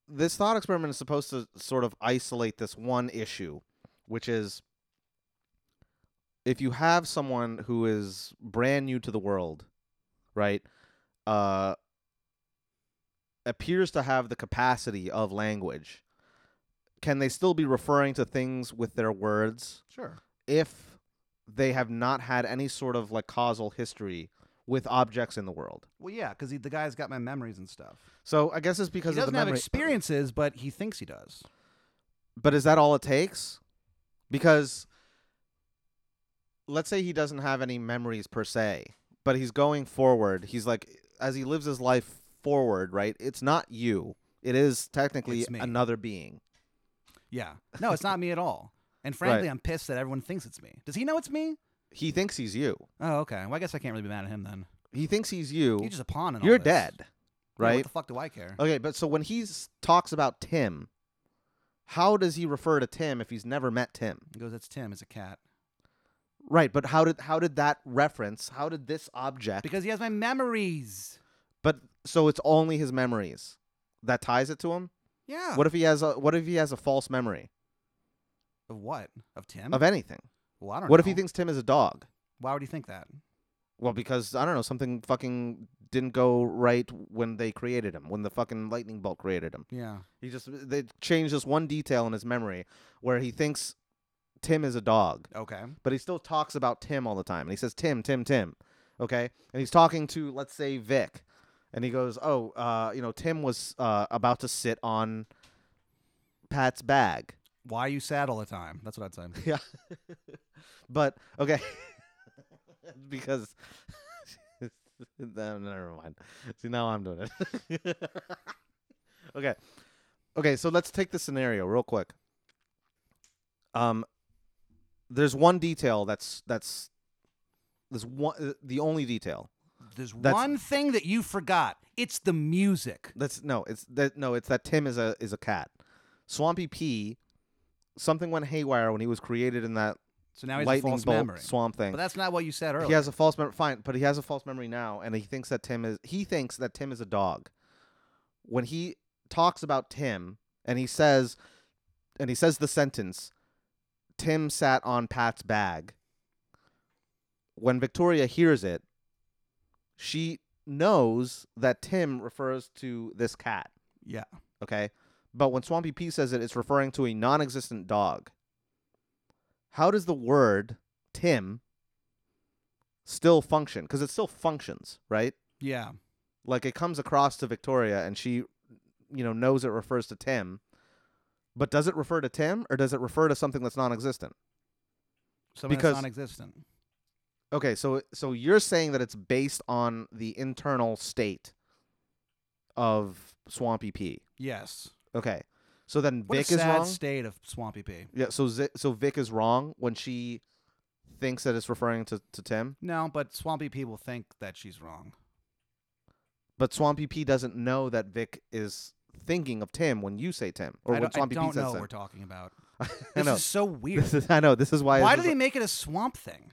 B: this thought experiment is supposed to sort of isolate this one issue, which is if you have someone who is brand new to the world, right? Uh appears to have the capacity of language. Can they still be referring to things with their words?
C: Sure.
B: if they have not had any sort of like causal history with objects in the world.
C: Well, yeah, because the guy's got my memories and stuff.
B: So I guess it's
C: He
B: because of
C: doesn't
B: the
C: have
B: memory.
C: experiences, but he thinks he does.
B: But is that all it takes? Because let's say he doesn't have any memories per se, but he's going forward. He's like as he lives his life forward, right? It's not you. It is technically
C: It's me.
B: another being. [LAUGHS]
C: Yeah. No, it's not me at all. And frankly, I'm pissed that everyone thinks it's me. Does he know it's me?
B: He thinks he's you.
C: Oh, okay. Well, I guess I can't really be mad at him then.
B: He thinks he's you.
C: You're just a pawn in all
B: You're
C: this.
B: dead.
C: Yeah,
B: Right? Uh,
C: what the fuck do I care?
B: Okay, but so when he s- talks about Tim, how does he refer to Tim if he's never met Tim?
C: He goes, "That's Tim. It's a cat."
B: Right, but how did how did that reference? How did this object?
C: Because he has my memories.
B: but so it's only his memories that ties it to him.
C: Yeah.
B: What if he has a What if he has a false memory
C: Of what? Of Tim?
B: of anything?
C: well, I don't
B: What if he
C: know.
B: thinks Tim is a dog?
C: Why would he think that?
B: Well, because I don't know, something fucking didn't go right when they created him, when the fucking lightning bolt created him.
C: Yeah.
B: He just they changed this one detail in his memory where he thinks Tim is a dog.
C: Okay.
B: but he still talks about Tim all the time. And he says, Tim, Tim, Tim. Okay. And he's talking to, let's say, Vic. And he goes, Oh, uh, you know, Tim was uh, about to sit on Pat's bag.
C: Why are you sad all the time? That's what I'd say.
B: Yeah. but, okay. [LAUGHS] because. [LAUGHS] no, never mind. See, now I'm doing it. [LAUGHS] okay. Okay. So let's take the scenario real quick. Um, there's one detail that's that's there's one uh, the only detail
C: There's
B: That's-
C: one thing that you forgot. It's the music.
B: that's no it's that no it's that Tim is a is a cat. Swampy P, something went haywire when he was created in that
C: So now he's a
B: lightning
C: false
B: bolt
C: memory.
B: swamp thing.
C: But that's not what you said earlier.
B: He has a false memory. Fine, but he has a false memory now, and he thinks that Tim is. He thinks that Tim is a dog. When he talks about Tim, and he says, and he says the sentence, "Tim sat on Pat's bag." When Victoria hears it, she knows that Tim refers to this cat.
C: yeah.
B: Okay, But when Swampy P says it, it's referring to a non existent dog. How does the word Tim still function? Because it still functions, right?
C: Yeah.
B: Like it comes across to Victoria and she, you know, knows it refers to Tim. But does it refer to Tim or does it refer to something that's non existent?
C: Something
B: Because-
C: that's non-existent.
B: Okay, so so you're saying that it's based on the internal state of Swampy P.
C: Yes.
B: Okay. So then
C: What
B: Vic
C: a
B: is
C: sad
B: wrong.
C: state of Swampy P.
B: yeah, so Z- so Vic is wrong when she thinks that it's referring to, to Tim,
C: No, but Swampy P will think that she's wrong.
B: but Swampy P doesn't know that Vic is thinking of Tim when you say Tim or
C: I
B: when
C: don't, I
B: Swampy
C: don't
B: P says
C: know what
B: Tim. [LAUGHS]
C: we're talking about.
B: I
C: This
B: know.
C: is so weird.
B: This is, I know. This is why.
C: Why do
B: this
C: they
B: is-
C: make it a swamp thing?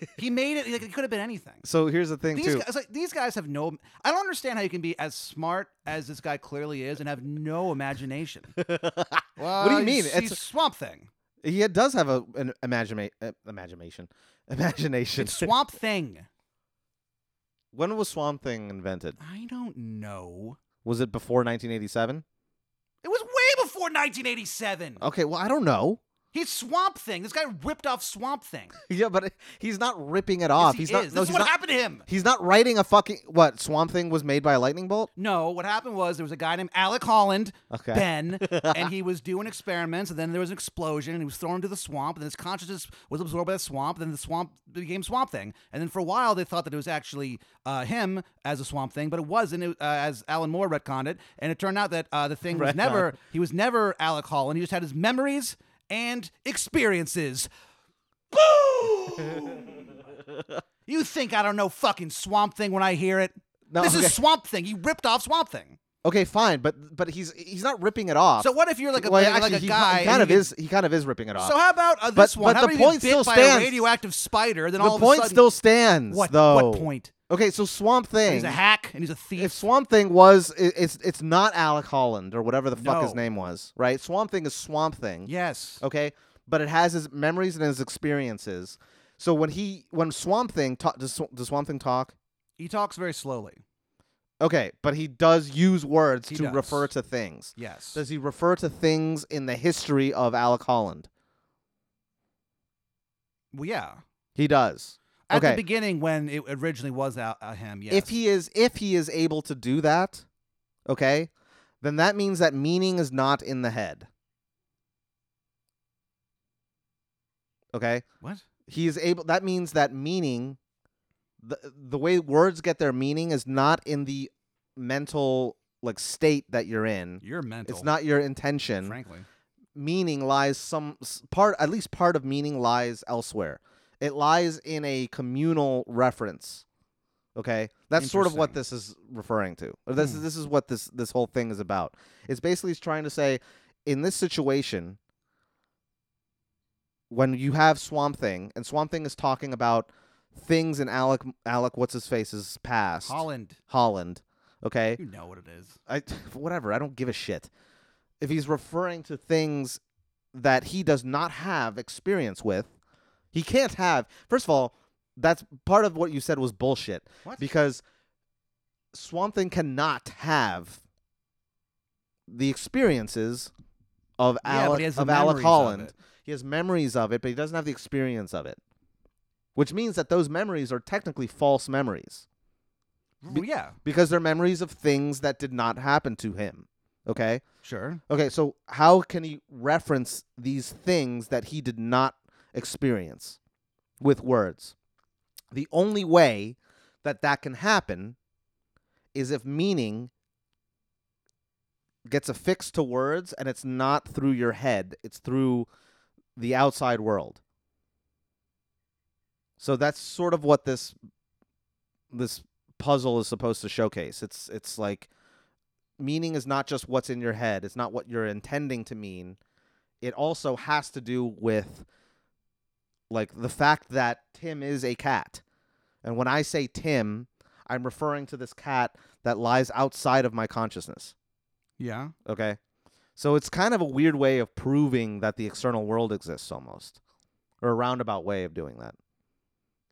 B: [LAUGHS]
C: he made it like it could have been anything.
B: So here's the thing
C: These
B: too.
C: guys, like, these guys have no. I don't understand how you can be as smart as this guy clearly is and have no imagination.
B: [LAUGHS] What do you mean?
C: It's,
B: It's-
C: swamp thing.
B: he does have a an imagina- uh, imagination. [LAUGHS] Imagination. [LAUGHS]
C: It's swamp thing.
B: when was Swamp Thing invented?
C: I don't know.
B: Was it before 1987?
C: It was way before 1987.
B: Okay, well I don't know. [LAUGHS]
C: He's swamp thing. This guy ripped off swamp thing.
B: yeah, but uh, he's not ripping it off.
C: Yes, he
B: he's
C: is.
B: not.
C: this
B: no,
C: is
B: he's
C: what
B: not.
C: happened to him.
B: He's not writing a fucking what? Swamp Thing was made by a lightning bolt.
C: No, what happened was there was a guy named Alec Holland,
B: Okay. [LAUGHS]
C: Ben, and he was doing experiments, and then there was an explosion, and he was thrown into the swamp, and then his consciousness was absorbed by the swamp, and then the swamp became Swamp Thing. And then for a while, they thought that it was actually uh, him as a Swamp Thing, but it wasn't, it, uh, as Alan Moore retconned it. And it turned out that uh, the thing was
B: Retcon.
C: never, he was never Alec Holland, he just had his memories and
B: [LAUGHS]
C: experiences. Boom! you think I don't know fucking Swamp Thing when I hear it?
B: No,
C: this
B: okay.
C: is Swamp Thing. He ripped off Swamp Thing.
B: Okay, fine, but but he's he's not ripping it off.
C: So what if you're like a
B: well,
C: like,
B: actually,
C: a
B: he,
C: guy?
B: he
C: and
B: kind
C: you
B: of
C: get-
B: is. He kind of is ripping it off.
C: So how about uh,
B: But-
C: this one?
B: but
C: how
B: the
C: about you
B: point
C: get bit
B: still
C: by
B: stands.
C: a radioactive spider, then all
B: the
C: of
B: point
C: a sudden,
B: still stands,
C: what
B: though.
C: what point?
B: Okay, so Swamp Thing.
C: He's a hack and he's a thief.
B: if Swamp Thing was, i it's it's not Alec Holland or whatever the fuck his
C: No.
B: name was, right? Swamp Thing is Swamp Thing.
C: yes,
B: okay but it has his memories and his experiences so when he when swamp thing ta- does, Sw- does swamp thing talk
C: he talks very slowly.
B: okay but he does use words
C: He
B: to
C: does.
B: refer to things
C: Yes,
B: does he refer to things in the history of alec holland
C: well, yeah.
B: he does
C: At
B: okay
C: the beginning, when it originally was out, uh, him, yes.
B: if he is if he is able to do that okay then that means that meaning is not in the head okay
C: what?
B: he is able that means that meaning the the way words get their meaning is not in the mental like state that you're in
C: You're mental.
B: it's not your intention
C: frankly.
B: meaning lies some s- part at least part of meaning lies elsewhere it lies in a communal reference okay that's sort of what this is referring to or this is this is what this this whole thing is about it's basically it's trying to say in this situation when you have swamp thing and swamp thing is talking about things in alec alec what's his face's past
C: Holland,
B: holland okay
C: you know what it is.
B: I [SIGHS] whatever. I don't give a shit. If he's referring to things that he does not have experience with, he can't have. First of all, that's part of what you said was bullshit
C: What?
B: because Swamp Thing cannot have the experiences of
C: Yeah, but
B: Alec
C: he has the
B: of Alec
C: memories of
B: Holland.
C: it.
B: he has memories of it, but he doesn't have the experience of it. Which means that those memories are technically false memories
C: Well, yeah,
B: because they're memories of things that did not happen to him. Okay?
C: sure.
B: Okay, so how can he reference these things that he did not experience with words? The only way that that can happen is if meaning gets affixed to words and it's not through your head, it's through the outside world. So that's sort of what this this puzzle is supposed to showcase. It's it's like meaning is not just what's in your head, it's not what you're intending to mean. It also has to do with like the fact that Tim is a cat. And when I say Tim, I'm referring to this cat that lies outside of my consciousness.
C: Yeah,
B: Okay. So it's kind of a weird way of proving that the external world exists almost, or a roundabout way of doing that.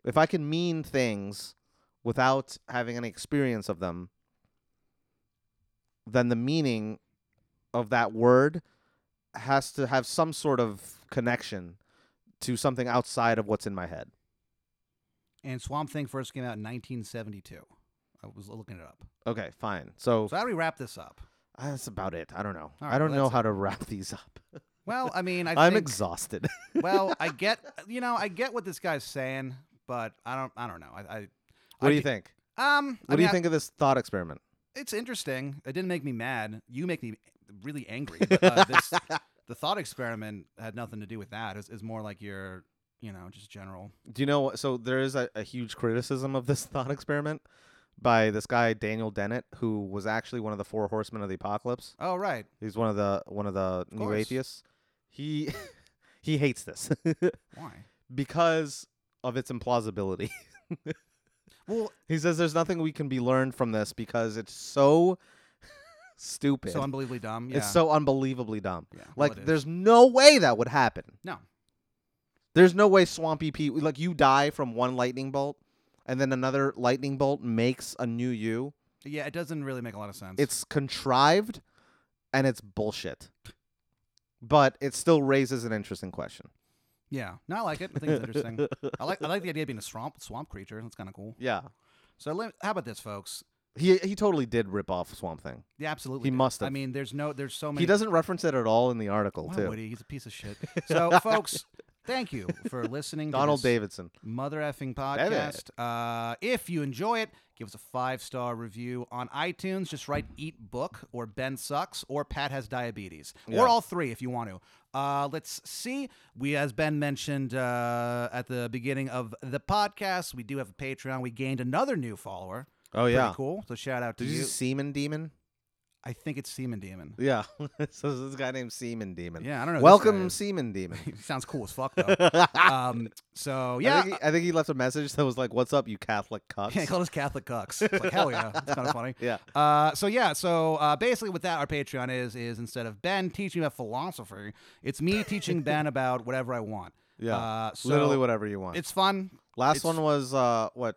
B: If I can mean things without having any experience of them, then the meaning of that word has to have some sort of connection to something outside of what's in my head.
C: And Swamp Thing first came out in 1972. I was looking it up.
B: Okay, fine. So uh,
C: So how do we wrap this up?
B: that's about it. I don't know.
C: All
B: I
C: right,
B: don't
C: well,
B: know
C: that's
B: how to [LAUGHS] wrap these up.
C: Well, I mean, I
B: I'm
C: think,
B: exhausted. [LAUGHS]
C: well, I get you know, I get what this guy's saying, but I don't, I don't know. I, I
B: what
C: I
B: do you
C: d-
B: think?
C: um,
B: What
C: I
B: do
C: mean,
B: you
C: I-
B: think of this thought experiment?
C: it's interesting. It didn't make me mad. You make me really angry.
B: [LAUGHS]
C: But, uh, this, the thought experiment had nothing to do with that. It's, it's more like your, you know, just general.
B: Do you know? what- So there is a, a huge criticism of this [LAUGHS] thought experiment by this guy Daniel Dennett, who was actually one of the four horsemen of the apocalypse.
C: Oh right,
B: He's one of the one of the new
C: course.
B: atheists. He [LAUGHS] he hates this [LAUGHS]
C: why?
B: because of its implausibility. [LAUGHS]
C: Well,
B: He says there's nothing we can be learned from this because it's so [LAUGHS] stupid.
C: so unbelievably dumb. Yeah.
B: It's so unbelievably dumb.
C: yeah. well,
B: Like
C: it is.
B: there's no way that would happen.
C: no.
B: There's no way Swampy Pete like you die from one lightning bolt and then another lightning bolt makes a new you.
C: Yeah, it doesn't really make a lot of sense.
B: It's contrived and it's bullshit. But it still raises an interesting question.
C: yeah. No, I like it. I think it's interesting. I like I like the idea of being a swamp swamp creature. That's kind of cool.
B: Yeah.
C: So let, how about this, folks?
B: He he totally did rip off Swamp Thing.
C: Yeah, absolutely.
B: He
C: did.
B: must
C: I
B: have.
C: mean, there's no, there's so many.
B: He doesn't reference it at all in the article,
C: Why
B: too.
C: would he? He's a piece of shit.
B: [LAUGHS]
C: So, folks, thank you for listening.
B: Donald
C: to this
B: Davidson.
C: Mother effing
B: Damn
C: podcast.
B: it.
C: Uh, if you enjoy it, give us a five star review on iTunes. Just write "eat book" or "Ben sucks" or "Pat has diabetes"
B: Yeah.
C: or all three if you want to. Uh, let's see. We, as Ben mentioned uh, at the beginning of the podcast, we do have a Patreon. We gained another new follower.
B: Oh
C: Pretty
B: yeah.
C: cool. So shout out to
B: Did you
C: you.
B: see Semen Demon?
C: I think it's Seaman Demon.
B: Yeah. [LAUGHS] so this guy named Semen Demon.
C: Yeah, I don't know. who this guy
B: Welcome,
C: is.
B: Semen Demon.
C: [LAUGHS] Sounds cool as fuck though.
B: [LAUGHS]
C: um, so
B: I
C: yeah,
B: think, he, I think he left a message that was like, "What's up, you Catholic cucks?"
C: [LAUGHS] yeah, he called us Catholic cucks. It's like hell yeah, it's
B: [LAUGHS]
C: kind of funny.
B: Yeah.
C: Uh, so yeah, so uh, basically, what that our Patreon is is instead of Ben teaching about philosophy, it's me
B: [LAUGHS]
C: teaching Ben about whatever I want.
B: Yeah.
C: uh, so
B: Literally whatever you want.
C: It's fun.
B: Last
C: it's-
B: one was uh, what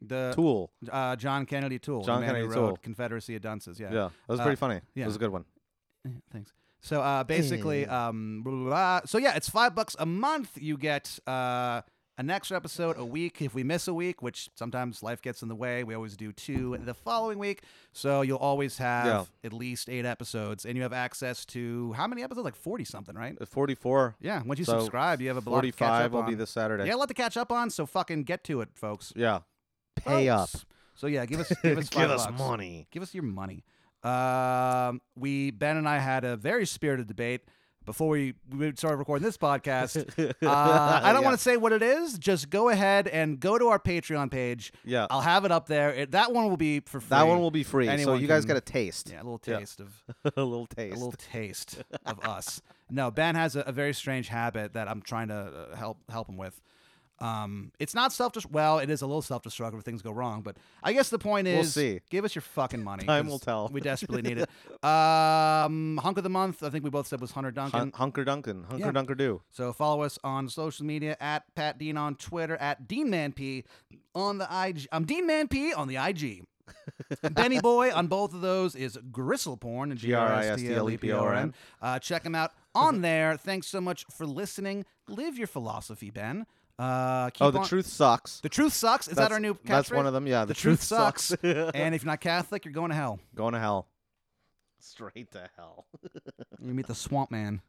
C: The
B: Tool?
C: uh, John Kennedy Tool, the
B: John
C: man who
B: Kennedy
C: wrote
B: Tool.
C: Confederacy of Dunces.
B: Yeah,
C: Yeah.
B: that was
C: uh,
B: pretty funny.
C: yeah.
B: It was a good one.
C: Yeah, Thanks. So uh, basically, um, blah, blah, blah. so yeah, it's five bucks a month. You get uh, an extra episode a week if we miss a week, which sometimes life gets in the way. We always do two the following week, so you'll always have
B: Yeah.
C: at least eight episodes, and you have access to how many episodes? Like forty something, right?
B: Uh, Forty-four.
C: Yeah. Once you
B: So,
C: subscribe, you have a block to catch
B: Forty-five
C: up
B: will
C: on.
B: be this Saturday.
C: Yeah, a lot to catch up on. So fucking get to it, folks.
B: Yeah. Pay up.
C: Folks. So yeah,
B: [LAUGHS]
C: give us give us five bucks
B: money.
C: give us your money. Um, we Ben and I had a very spirited debate before we, we started recording
B: [LAUGHS]
C: this podcast. Uh, I don't
B: Yeah.
C: want to say what it is. Just go ahead and go to our Patreon page.
B: Yeah.
C: I'll have it up there. It, that one will be for free.
B: that one will be free. so
C: Anyone
B: you guys
C: can-
B: got a taste.
C: yeah, a little
B: Yeah.
C: taste of
B: [LAUGHS] a little
C: a
B: taste. [LAUGHS]
C: little taste of us. No, Ben has a, a very strange habit that I'm trying to uh, help help him with. Um, it's not self destructive. Well, it is a little self destructive if things go wrong. But I guess the point is,
B: see.
C: give us your fucking money.
B: Time
C: 'cause
B: will tell.
C: We desperately need
B: [LAUGHS]
C: it. Um, hunk of the month. I think we both said was Hunter Duncan.
B: Hun- hunker Duncan. Hunker
C: Yeah.
B: Dunker Do.
C: So follow us on social media at Pat Dean on Twitter at DeanManP on the IG. I'm DeanManP on the
B: [LAUGHS]
C: IG. Benny Boy on both of those is Gristle Porn.
B: E G-R-I-S-T-L-E-P-O-R-N.
C: Uh, check him out on there. Thanks so much for listening. Live your philosophy, Ben. Uh, keep
B: Oh, the
C: on-
B: truth sucks.
C: The truth sucks. Is that
B: That's-
C: our new?
B: That's
C: catchphrase?
B: one of them. Yeah.
C: The, truth, sucks.
B: [LAUGHS]
C: and if you're not Catholic, [LAUGHS] you're going to hell.
B: Going to hell. Straight to hell.
C: You meet the Swamp Man.